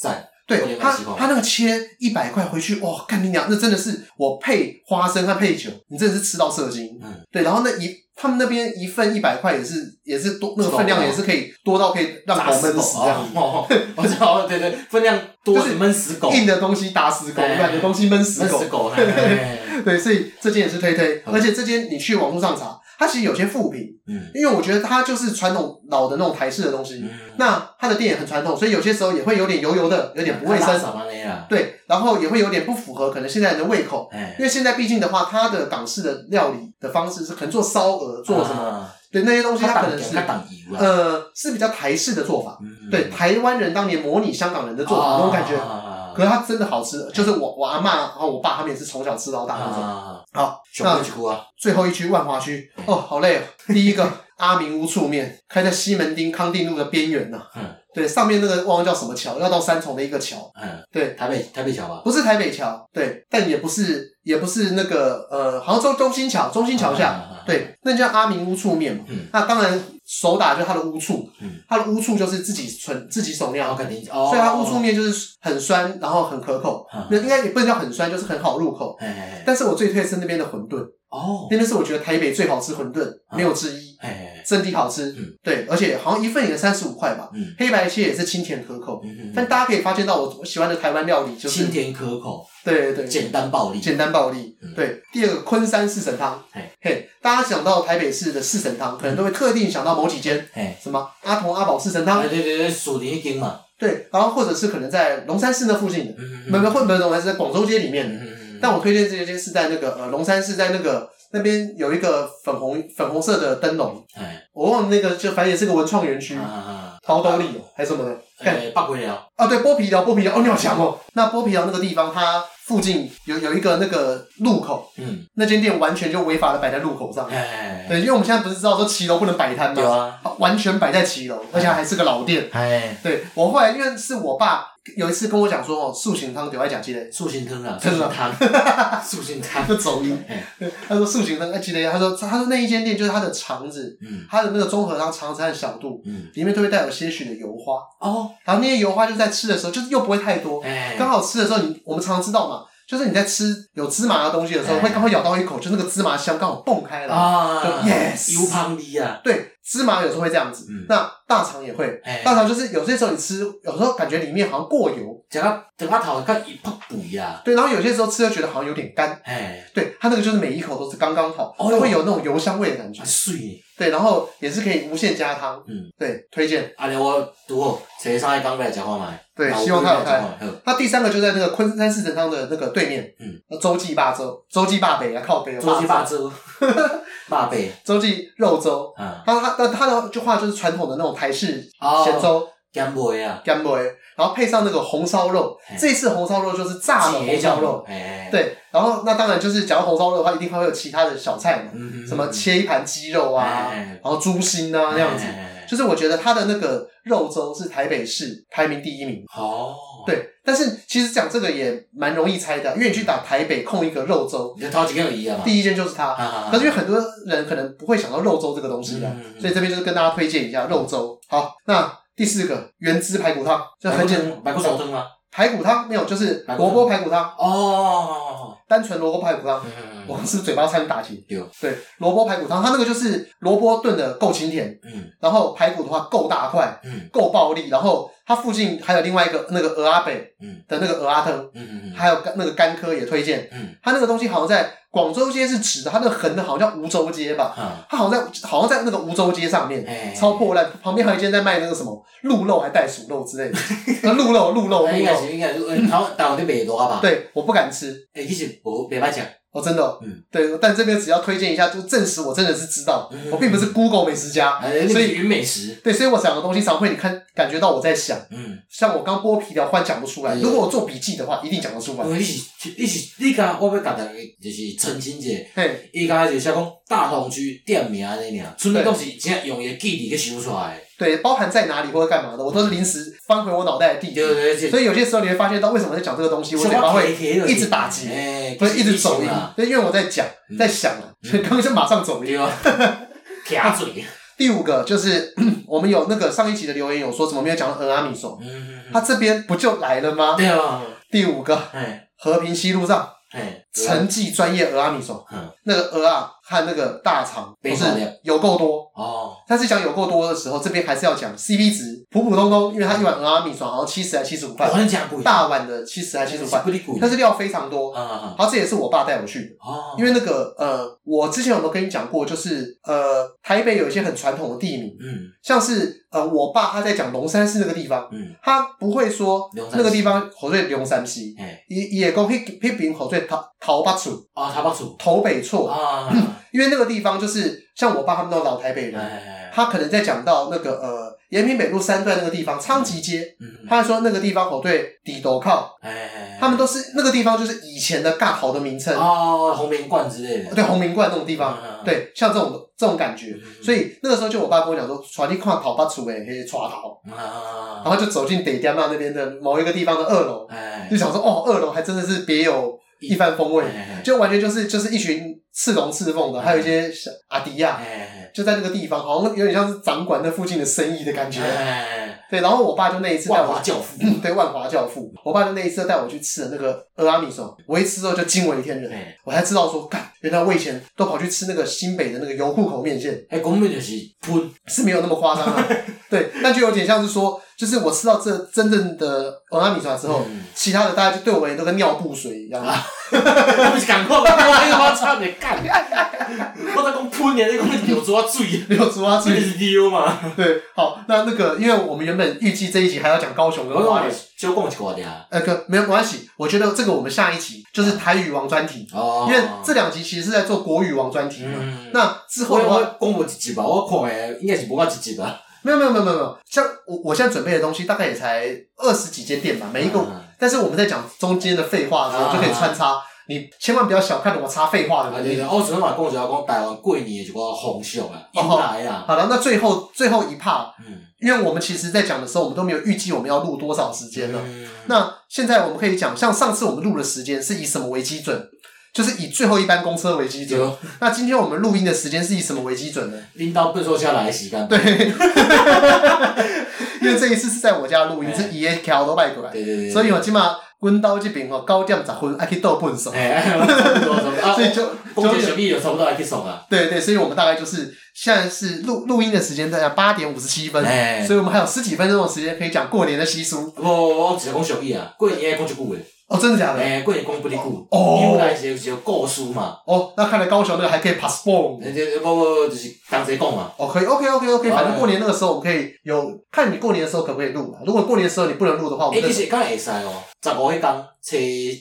赞，我对也它蛮喜欢，它那个切一百块回去，哇，干你娘，那真的是我配花生和配酒，你真的是吃到射精。嗯，对，然后那一他们那边一份一百块也是也是多，那个是吧分量也是可以多到可以让狗闷死这样。哦，哦我知道，对对，分量多就是闷死狗，硬的东西打死狗，哎软的东西闷死闷狗死。狗，嘿嘿嘿对，所以这间也是推推，嗯而且这间你去网络上查，它其实有些副品，嗯因为我觉得它就是传统老的那种台式的东西，嗯，那它的店也很传统，所以有些时候也会有点油油的，有点不卫生，什么的啦，对，然后也会有点不符合可能现在人的胃口，哎因，为现在毕竟的话，它的港式的料理的方式是可能做烧鹅，做什么，么？对那些东西他它可啊挡能油，是他挡油啊，呃是比较台式的做法，嗯啊对，台湾人当年模拟香港人的做法那种感觉，可是觉，它真的好吃，就是我我阿妈和我爸他们也是从小吃到大那种。啊，嗯好，熊猫一啊，最后一区万华区，哦，好累哦。第一个 阿明屋醋面，开在西门町康定路的边缘呐、嗯对，上面那个忘了叫什么桥，要到三重的一个桥，嗯，对台北台北桥吧，不是台北桥，对，但也不是也不是那个呃杭州中心桥，中心桥下，啊，对，那叫阿明屋醋面嘛。嗯那当然手打就是它的乌醋，嗯它的乌醋就是自己纯自己手然后酿。肯定，哦，所以它乌醋面就是很酸，然后很可口嗯，那、应该也不能叫很酸，就是很好入口。哎，哎，哎但是我最推的是那边的馄饨，哦，那边是我觉得台北最好吃馄饨，没有之一，哎哎，哎真的好吃。嗯对，而且好像一份也三十五块吧。嗯黑白切也是清甜可口，嗯嗯但嗯，大家可以发现到我我喜欢的台湾料理就是清甜可口，对对对简单暴力，简单暴力。嗯对，第二个昆山四神汤嘿，嘿，大家想到台北市的四神汤，可能都会特定想到某几间，哎，什么阿童阿宝四神汤对，对对对，属林一间嘛，对，然后或者是可能在龙山寺那附近的，嗯没没，或没有，还是在广州街里面的。嗯，但我推荐这间是在那个呃龙山寺，在那个那边有一个粉红粉红色的灯笼，哎，我忘了那个，就反正也是个文创园区，啊，桃兜里哦还是什么的。看哎，八鬼了，啊，对，剥皮寮，剥皮寮，哦，你好强哦！那剥皮寮那个地方，它附近有有一个那个路口，嗯，那间店完全就违法的摆在路口上。哎，对，因为我们现在不是知道说骑楼不能摆摊对吗？啊，它完全摆在骑楼，而且还是个老店。哎，对我后来因为是我爸有一次跟我讲说，哦，素形汤丢在假鸡嘞，素心汤啦，素真心的汤，素心汤，就走音哎。他说素形汤哎鸡嘞，他说他说那一间店就是它的肠子，嗯它的那个综合汤肠子和小肚嗯，里面都会带有些许的油花，哦，然后那些油花就在吃的时候就是又不会太多，哎，刚好吃的时候你，我们常常知道嘛，就是你在吃有芝麻的东西的时候，哎会刚好咬到一口，就那个芝麻香刚好蹦开了。啊就 yes 油胖的啊，对，芝麻有时候会这样子，嗯那大肠也会。哎大肠就是有些时候你吃，有时候感觉里面好像过油，食到等我头壳一泡肥啊，对，然后有些时候吃又觉得好像有点干，哎，对，它那个就是每一口都是刚刚好，哦都会有那种油香味的感觉啊。水。对，然后也是可以无限加汤，嗯，对，推荐。啊，你我拄好找上海港来食看卖，对老，希望龟它有来开吃。看卖。它第三个就在那个昆山市政汤的那个对面，嗯，洲际坝洲，洲际坝北啊，靠北有好，做几坝把洲，粥，八贝洲际肉粥。啊，它它那它的就话就是传统的那种台式哦咸粥咸梅啊，干梅，然后配上那个红烧肉嘿。这一次红烧肉就是炸的红烧肉，哎，，对。然后那当然就是讲到红烧肉的话，一定还会有其他的小菜嘛，嗯什么切一盘鸡肉啊，哎然后猪心啊那样子。子，就是我觉得它的那个肉粥是台北市排名第一名，哦，，对。但是其实讲这个也蛮容易猜的，因为你去打台北空一个肉粥，你就头一个有伊啊嘛，第一间就是它。啊，可是因为很多人可能不会想到肉粥这个东西的，嗯嗯嗯所以这边就是跟大家推荐一下肉粥。好，那第四个原汁排骨汤，就很简单，白骨手灯吗？排骨汤没有，就是萝卜排骨汤，哦，单纯萝卜排骨汤。嗯 我是嘴巴差点打结。有，对，萝卜排骨汤，它那个就是萝卜炖的够清甜，嗯然后排骨的话够大块，嗯够暴力，然后它附近还有另外一个那个鹅阿北嗯的那个鹅阿汤，嗯嗯还有那个干科也推荐。嗯，它那个东西好像在广州街是指的，它那个横的好像叫梧州街吧，啊，它好像在好像在那个梧州街上面，哎，超破烂，旁边还有一间在卖那个什么鹿肉还袋鼠肉之 类的，呃鹿肉鹿肉哎，鹿应该肉，是应该是，哎，头但有啲卖多吧？，对，我不敢吃，哎，其实无袂歹食，哦真的哦，嗯对，但这边只要推荐一下，就证实我真的是知道，嗯我并不是 Google 美食家，哎，所所以以云美食，对，所以我想的东西常会你看感觉到我在想，嗯，像我刚剥皮条，忽然讲不出来，嗯如果我做笔记的话，一定讲得出来因，为你是你是你讲，我要甲大家就是澄清者。嘿，伊刚才就写讲大同区店名安尼尔，剩的拢是真用伊记忆去想出来的。对，包含在哪里或者干嘛的，我都是临时翻回我脑袋的地对对址，对，这所以有些时候你会发现到为什么在讲这个东西，我嘴巴会一直打结哎，会一直走音啊，，对，因为我在讲嗯在想啊，所以刚刚就马上走音。对啊，哦 撇嘴，第五个就是 我们有那个上一集的留言有说怎么没有讲到俄阿米索，嗯，他这边不就来了吗？对啊，第五个哎和平西路上。哎，陈记专业鹅阿米索，嗯那个鹅啊和那个大肠不非是常亮有够多，哦，但是讲有够多的时候，这边还是要讲 CP 值普普通通，因为它一碗鹅阿米索好像七十还七十五块我，很讲贵，大碗的七十还七十五块，不离贵，但是料非常多。啊啊然后这也是我爸带我去的，哦，因为那个呃，我之前有没有跟你讲过，就是呃，台北有一些很传统的地名，嗯像是呃，我爸他在讲龙山寺那个地方，嗯，他不会说龙山那个寺地方口水龙山西，哎，伊伊会讲迄迄边口水桃桃北厝、哦，他把厝头北厝，啊，因为那个地方就是像我爸他们那种老台北人，哎，他可能在讲到那个呃延平北路三段那个地方昌吉街，嗯，他说那个地方口对底斗靠，哎，他们都是那个地方就是以前的尬好的名称，哦，红棉罐之类的，啊对红明观那种地方，方，对像这种这种感觉。嗯所以那个时候就我爸跟我讲说，传你看桃八厝诶，嘿，抓桃，啊然，后就走进北店那那边的某一个地方的二楼，哎就，想说哦，二楼还真的是别有一番风味，哎嗯就完全就是就是一群赤龙赤凤的，还有一些小阿迪亚，哎就在那个地方，好像有点像是掌管那附近的生意的感觉。嗯哎，对，然后我爸就那一次带万我华，教父， 对万华教父，我爸就那一次带我去吃的那个俄阿米索，我一吃之后就惊为天人，哎，我才知道说，干，原来我以前都跑去吃那个新北的那个油库口面线，哎，根本就是喷，是没有那么夸张啊， 对，但就有点像是说，就是我吃到这真正的俄阿米索之后，嗯其他的大家就对我也都跟尿布水一样。 我不是赶快，我我操你干！我在讲喷的，你 讲流出我水，六竹蛙这个最是流嘛？对，好，那那个，因为我们原本预计这一集还要讲高雄我跟花讲莲，小讲一寡俩，呃，可没有关系，我觉得这个我们下一集就是台语王专题，啊哦因为这两集其实是在做国语王专题嘛。嗯，那之后我的我话，讲无一集吧，我看的应该是无到一集吧。没有没有没有没有没有，像我我现在准备的东西大概也才二十几间店吧，每一个，嗯但是我们在讲中间的废话的时候啊就可以穿插，你千万不要小看我插废话的啊，能对力对，。我昨天嘛讲一下讲台湾过年的一个风俗啊，哦引来啊，好了，那最后最后一 part，嗯，因为我们其实在讲的时候，我们都没有预计我们要录多少时间了。嗯那现在我们可以讲，像上次我们录的时间是以什么为基准？就是以最后一班公车为基准。就那今天我们录音的时间是以什么为基准呢？领导不说下来的时间，对，嗯因为这一次是在我家录音，是爷桥都拜过来，对对对，所以我起码阮兜即边吼哦九点十分爱去倒粪扫，哎， 差不多差不多啊所以就公姐就小弟有差不多还可以送啊。对对，所以我们大概就是现在是录录音的时间在八点五十七分，哎，所以我们还有十几分钟的时间可以讲过年的习俗。不，我只是讲小弟啊，过年爱讲一句话，哦，真的假的？哎，过年讲不离久，因为哦来是是故事嘛，哦，那看来高雄那个还可以 pass phone。人家不不就是同齐讲嘛，哦，可以，OK OK OK，好反正过年那个时候我们可以有看你过年的时候可不可以录啊嘛。如果过年的时候你不能录的话，我哎，们就其实敢会使哦，十五迄工，初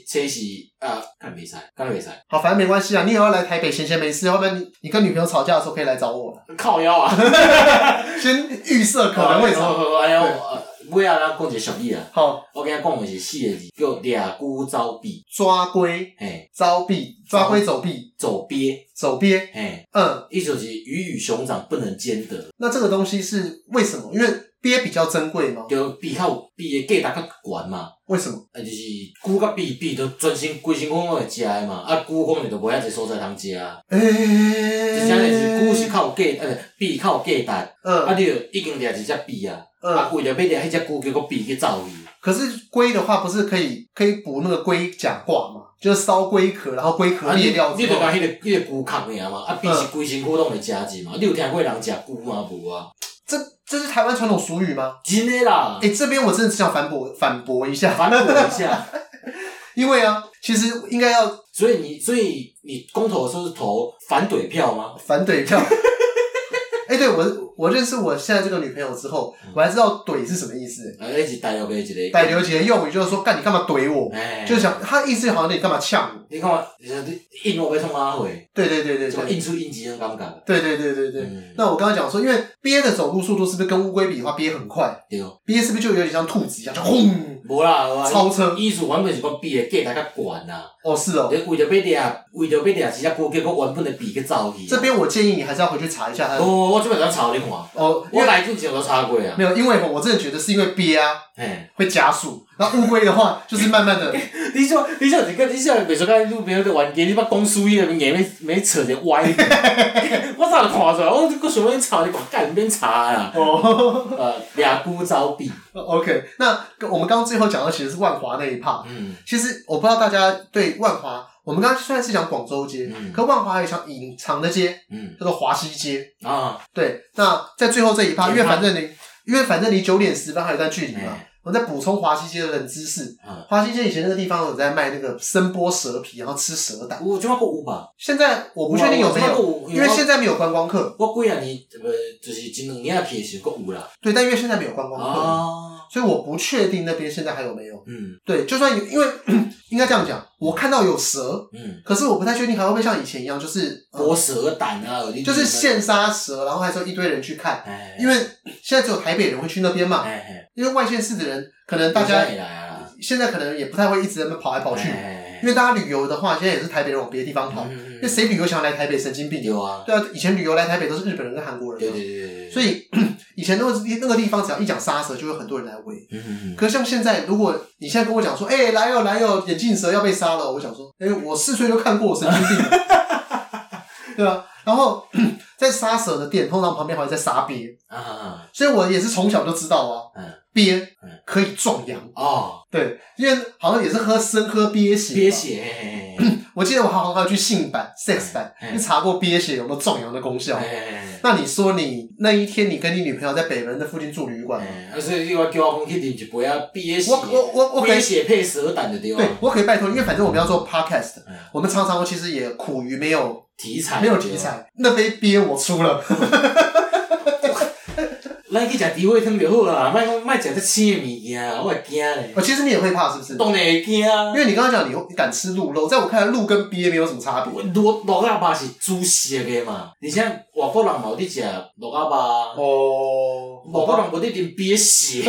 初是啊，敢袂使，敢袂使，好，反正没关系啊。你以后要来台北闲闲没事，要不然你你跟女朋友吵架的时候可以来找我啦。靠腰啊，先预设可能会吵。好，哎呦，尾啊，咱讲一个俗语啊，好，我跟你讲的是四个字，叫俩姑招臂，抓龟、嘿，招臂、抓龟走臂、走鳖，走鳖。嘿，嗯，意思就是鱼与熊掌不能兼得，那这个东西是为什么？因为鳖比较珍贵嘛。就比较有比的价值较悬嘛。为什么？啊，就是菇甲鳖鳖都专心规身讲会食的嘛，啊菇讲你都无遐济所在通食，啊，哎、而且就是菇是较有价，呃鳖较有价值，啊嗯你就已经掠一只鳖啊，啊嗯，为了要掠迄只菇，结果鳖去走去，可是龟的话不是可以可以补那个龟甲挂嘛？就是烧龟壳，然后龟壳啊你裂掉你之就后，甲迄个迄个菇壳尔嘛，啊嗯鳖是规身躯拢会食只嘛，你有听过人食菇吗？无啊，这这是台湾传统俗语吗？真诶啦，哎、这边我真的只想反驳反驳一下，反驳一下。 因为啊，其实应该要所以你，所以你公投的时候是投反对票吗？反怼 票。哎、对我我认识我现在这个女朋友之后，我还知道怼是什么意思。啊，那是大陆的一个，逮刘杰用语就是说，干你干嘛怼我？哎，就是想他意思好像你干嘛呛我？你看嘛，就是印我被冲阿回，对对对对什么对印出印级那种感觉。对对对对对。嗯，那我刚刚讲说，因为鳖的走路速度是不是跟乌龟比的话，鳖很快？对，鳖是不是就有点像兔子一样，就轰无啦，无啦。超车？意思原本是讲比的价值较悬啊啦，哦，是哦。你为着要掠，为着要掠一只龟，结果原本的比去走去。这边我建议你还是要回去查一下它的哦，我我这边在查你看，我哦，因为来之前都查过啊没。有，因为我真的觉得是因为鳖啊嘿，会加速，然后乌龟的话就是慢慢的， 你说你说你个你说袂说甲女朋友在冤家，你把公输伊个硬要要扯一个歪。 我早就看出来，我我想要查你讲干免查啦。哦呃，俩姑招比。 ，OK，那我们刚刚最后讲到其实是万华那一 part，嗯其实我不知道大家对万华，我们刚刚虽然是讲广州街，嗯可万华还有一条隐藏的街嗯叫做华西街，啊，对，那在最后这一趴，因为简单反正你，因为反正离九点十分还有一段距离嘛哎，我再补充华西街的冷知识嗯。华西街以前那个地方有在卖那个生剥蛇皮，然后吃蛇胆。我即摆过有啊吧？现在我不确定有没有，有因为现在没有观光客。我几啊年，呃，就是前两年啊去的时候还有啦。对，但因为现在没有哦观光客，啊，所以我不确定那边现在还有没有。嗯对，就算有，因为应该这样讲，我看到有蛇，嗯，可是我不太确定还会不会像以前一样，就是、呃剥蛇胆啊，有的就是现杀蛇，然后还是有一堆人去看。哎，因为现在只有台北人会去那边嘛，哎哎，因为外县市的人可能大家也来啊啦，现在可能也不太会一直在那边跑来跑去，哎嗯因为大家旅游的话，现在也是台北人往别的地方跑，因为那谁旅游想要来台北？神经病！有啊？对啊，以前旅游来台北都是日本人跟韩国对人嘛，对对对，所以以 以前那个那个地方只要一讲沙蛇，就会很多人来围。嗯嗯可是像现在，如果你现在跟我讲说，哎、来哟来哟，眼镜蛇要被杀了，我想说，哎、我四岁就看过，我神经病， 对吧、然后在杀蛇的店，通常旁边还会在杀鳖，啊所以我也是从小就知道啊，嗯鳖嗯可以壮阳，哦，对，因为好像也是喝生喝鳖血，憋。血，哎嘿嘿嘿我记得我好像还有去性版、sex 版嗯去查过鳖血有没有壮阳的功效。哎 那你说你那一天你跟你女朋友在北门的附近住旅馆吗？哎，啊所以你话叫我讲去啉一杯啊，憋血我，我我我可以憋，血配蛇胆就对对啊，我可以拜托，因为反正我们要做 podcast，嗯我们常常其实也苦于没有题材没有就对题啊。材，那杯鳖我出了， 咱去食猪血汤就好啦，莫讲莫食这生的物件，我会惊咧。哦，其实你也会怕是不是？当然会惊啊因！为你刚刚讲你你敢吃鹿肉，在我看来鹿跟鳖没有什么差别。鹿鹿鸭肉是煮熟的嘛，而且外国人嘛有伫食鹿鸭肉啊，哦，外国人无伫啉 鳖血。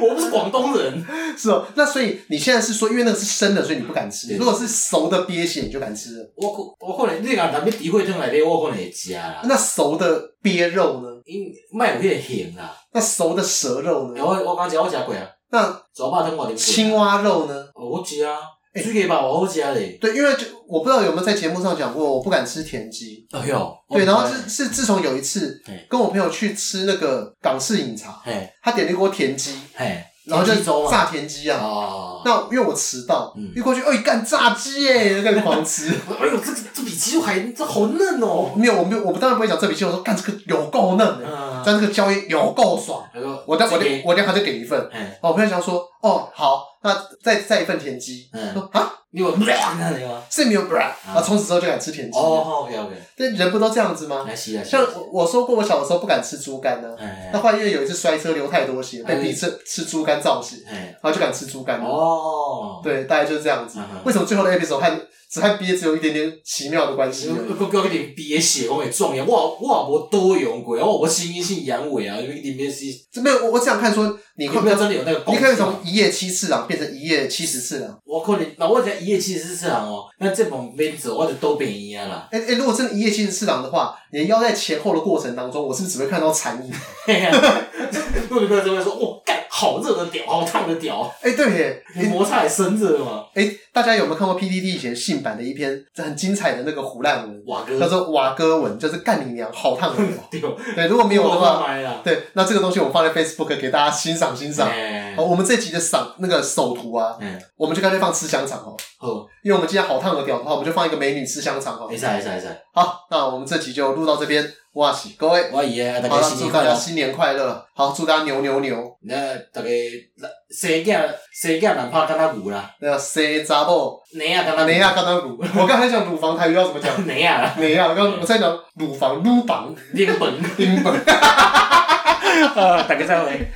我不是广东人，是哦，那所以你现在是说，因为那个是生的，所以你不敢吃。对如果是熟的鳖血，你就敢吃了。我可我可能你讲咱要猪血汤内底，我可能会食啦。那熟的鳖肉呢？因莫有迄个形啦。那熟的蛇肉哎呢？我我刚食我食过啊，那蛇肉汤我啉过。青蛙肉呢？啊哦，好食啊，水鸡肉我好食啊咧。对，因为就我不知道有没有在节目上讲过，我不敢吃田鸡。哎哟，对，我然后不知道是是自从有一次对跟我朋友去吃那个港式饮茶，嘿他点了一锅田鸡，嘿然后就田鸡粥嘛炸田鸡啊。哦，那因为我迟到嗯，一过去，哎，干炸鸡耶，就开始狂吃。 哎呦，这个这比鸡肉还这好嫩哦。没有，我没有，我当然不会讲这笔钱。我说干这个有够嫩的，嗯，但这个宵夜有够爽。他说我等我等这边我等下再给你一份。哎哦，我朋友想说，哦，好，那再再一份田鸡。嗯，说啊，你有 那里吗？是没有 bra，然后从此之后就敢吃田鸡。哦，OK OK，这人不都这样子吗？来啊吸来吸像。我我说过，我小的时候不敢吃猪肝呢、哎那换因为有一次摔车流太多血，被逼吃吃猪肝造血，哎，然后就敢吃猪肝了。哦，对，大概就是这样子嗯哼。为什么最后的 episode 和只和 B 只有一点点奇妙的关系呢？ 我我有点憋血，我会撞呀！我我无多用过，我无心因性阳痿啊，因为里面是这没有，我我只想看说你有会不没有会，真的有那个功你效？可以从一夜七次郎变成一夜七十次郎。我可能，那我在一夜七十四人哦，那这种免做，我就都变伊啊 啦。哎哎，如果真的一夜七十次郎的话，你的腰在前后的过程当中，我是不是只会看到残影？嘿呀，我女朋友就会说，哇，干，好热的屌，好烫的屌， 哎，对耶，你摩擦也生热嘛。哎，大家有没有看过 PDD 以前性版的一篇很精彩的那个胡烂文，瓦叫哥，做瓦哥文，就是干你娘，好烫 的屌。对，没对，如果没有的话，买啦。对，那这个东西我放在 Facebook 给大家欣赏欣赏。哦哎好，我们这集的赏那个首图啊，嗯，我们就干脆放吃香肠哦，好，哎啊因为我们今天好烫的屌的话，我们就放一个美女吃香肠哦会。使会使会使，好，那我们这集就录到这边，哇西各位，我爷大好了，家新祝年大快家乐。新年快乐，好，祝大家牛牛牛，那大家生囝生囝难拍敢若牛啦，那个 say 杂布，奶啊敢若哪亚刚刚乳，我刚才讲乳房台语要怎么讲？奶啊啦，哪亚，我刚我在讲乳房乳房 奶粉。冰本。啊，大家再会。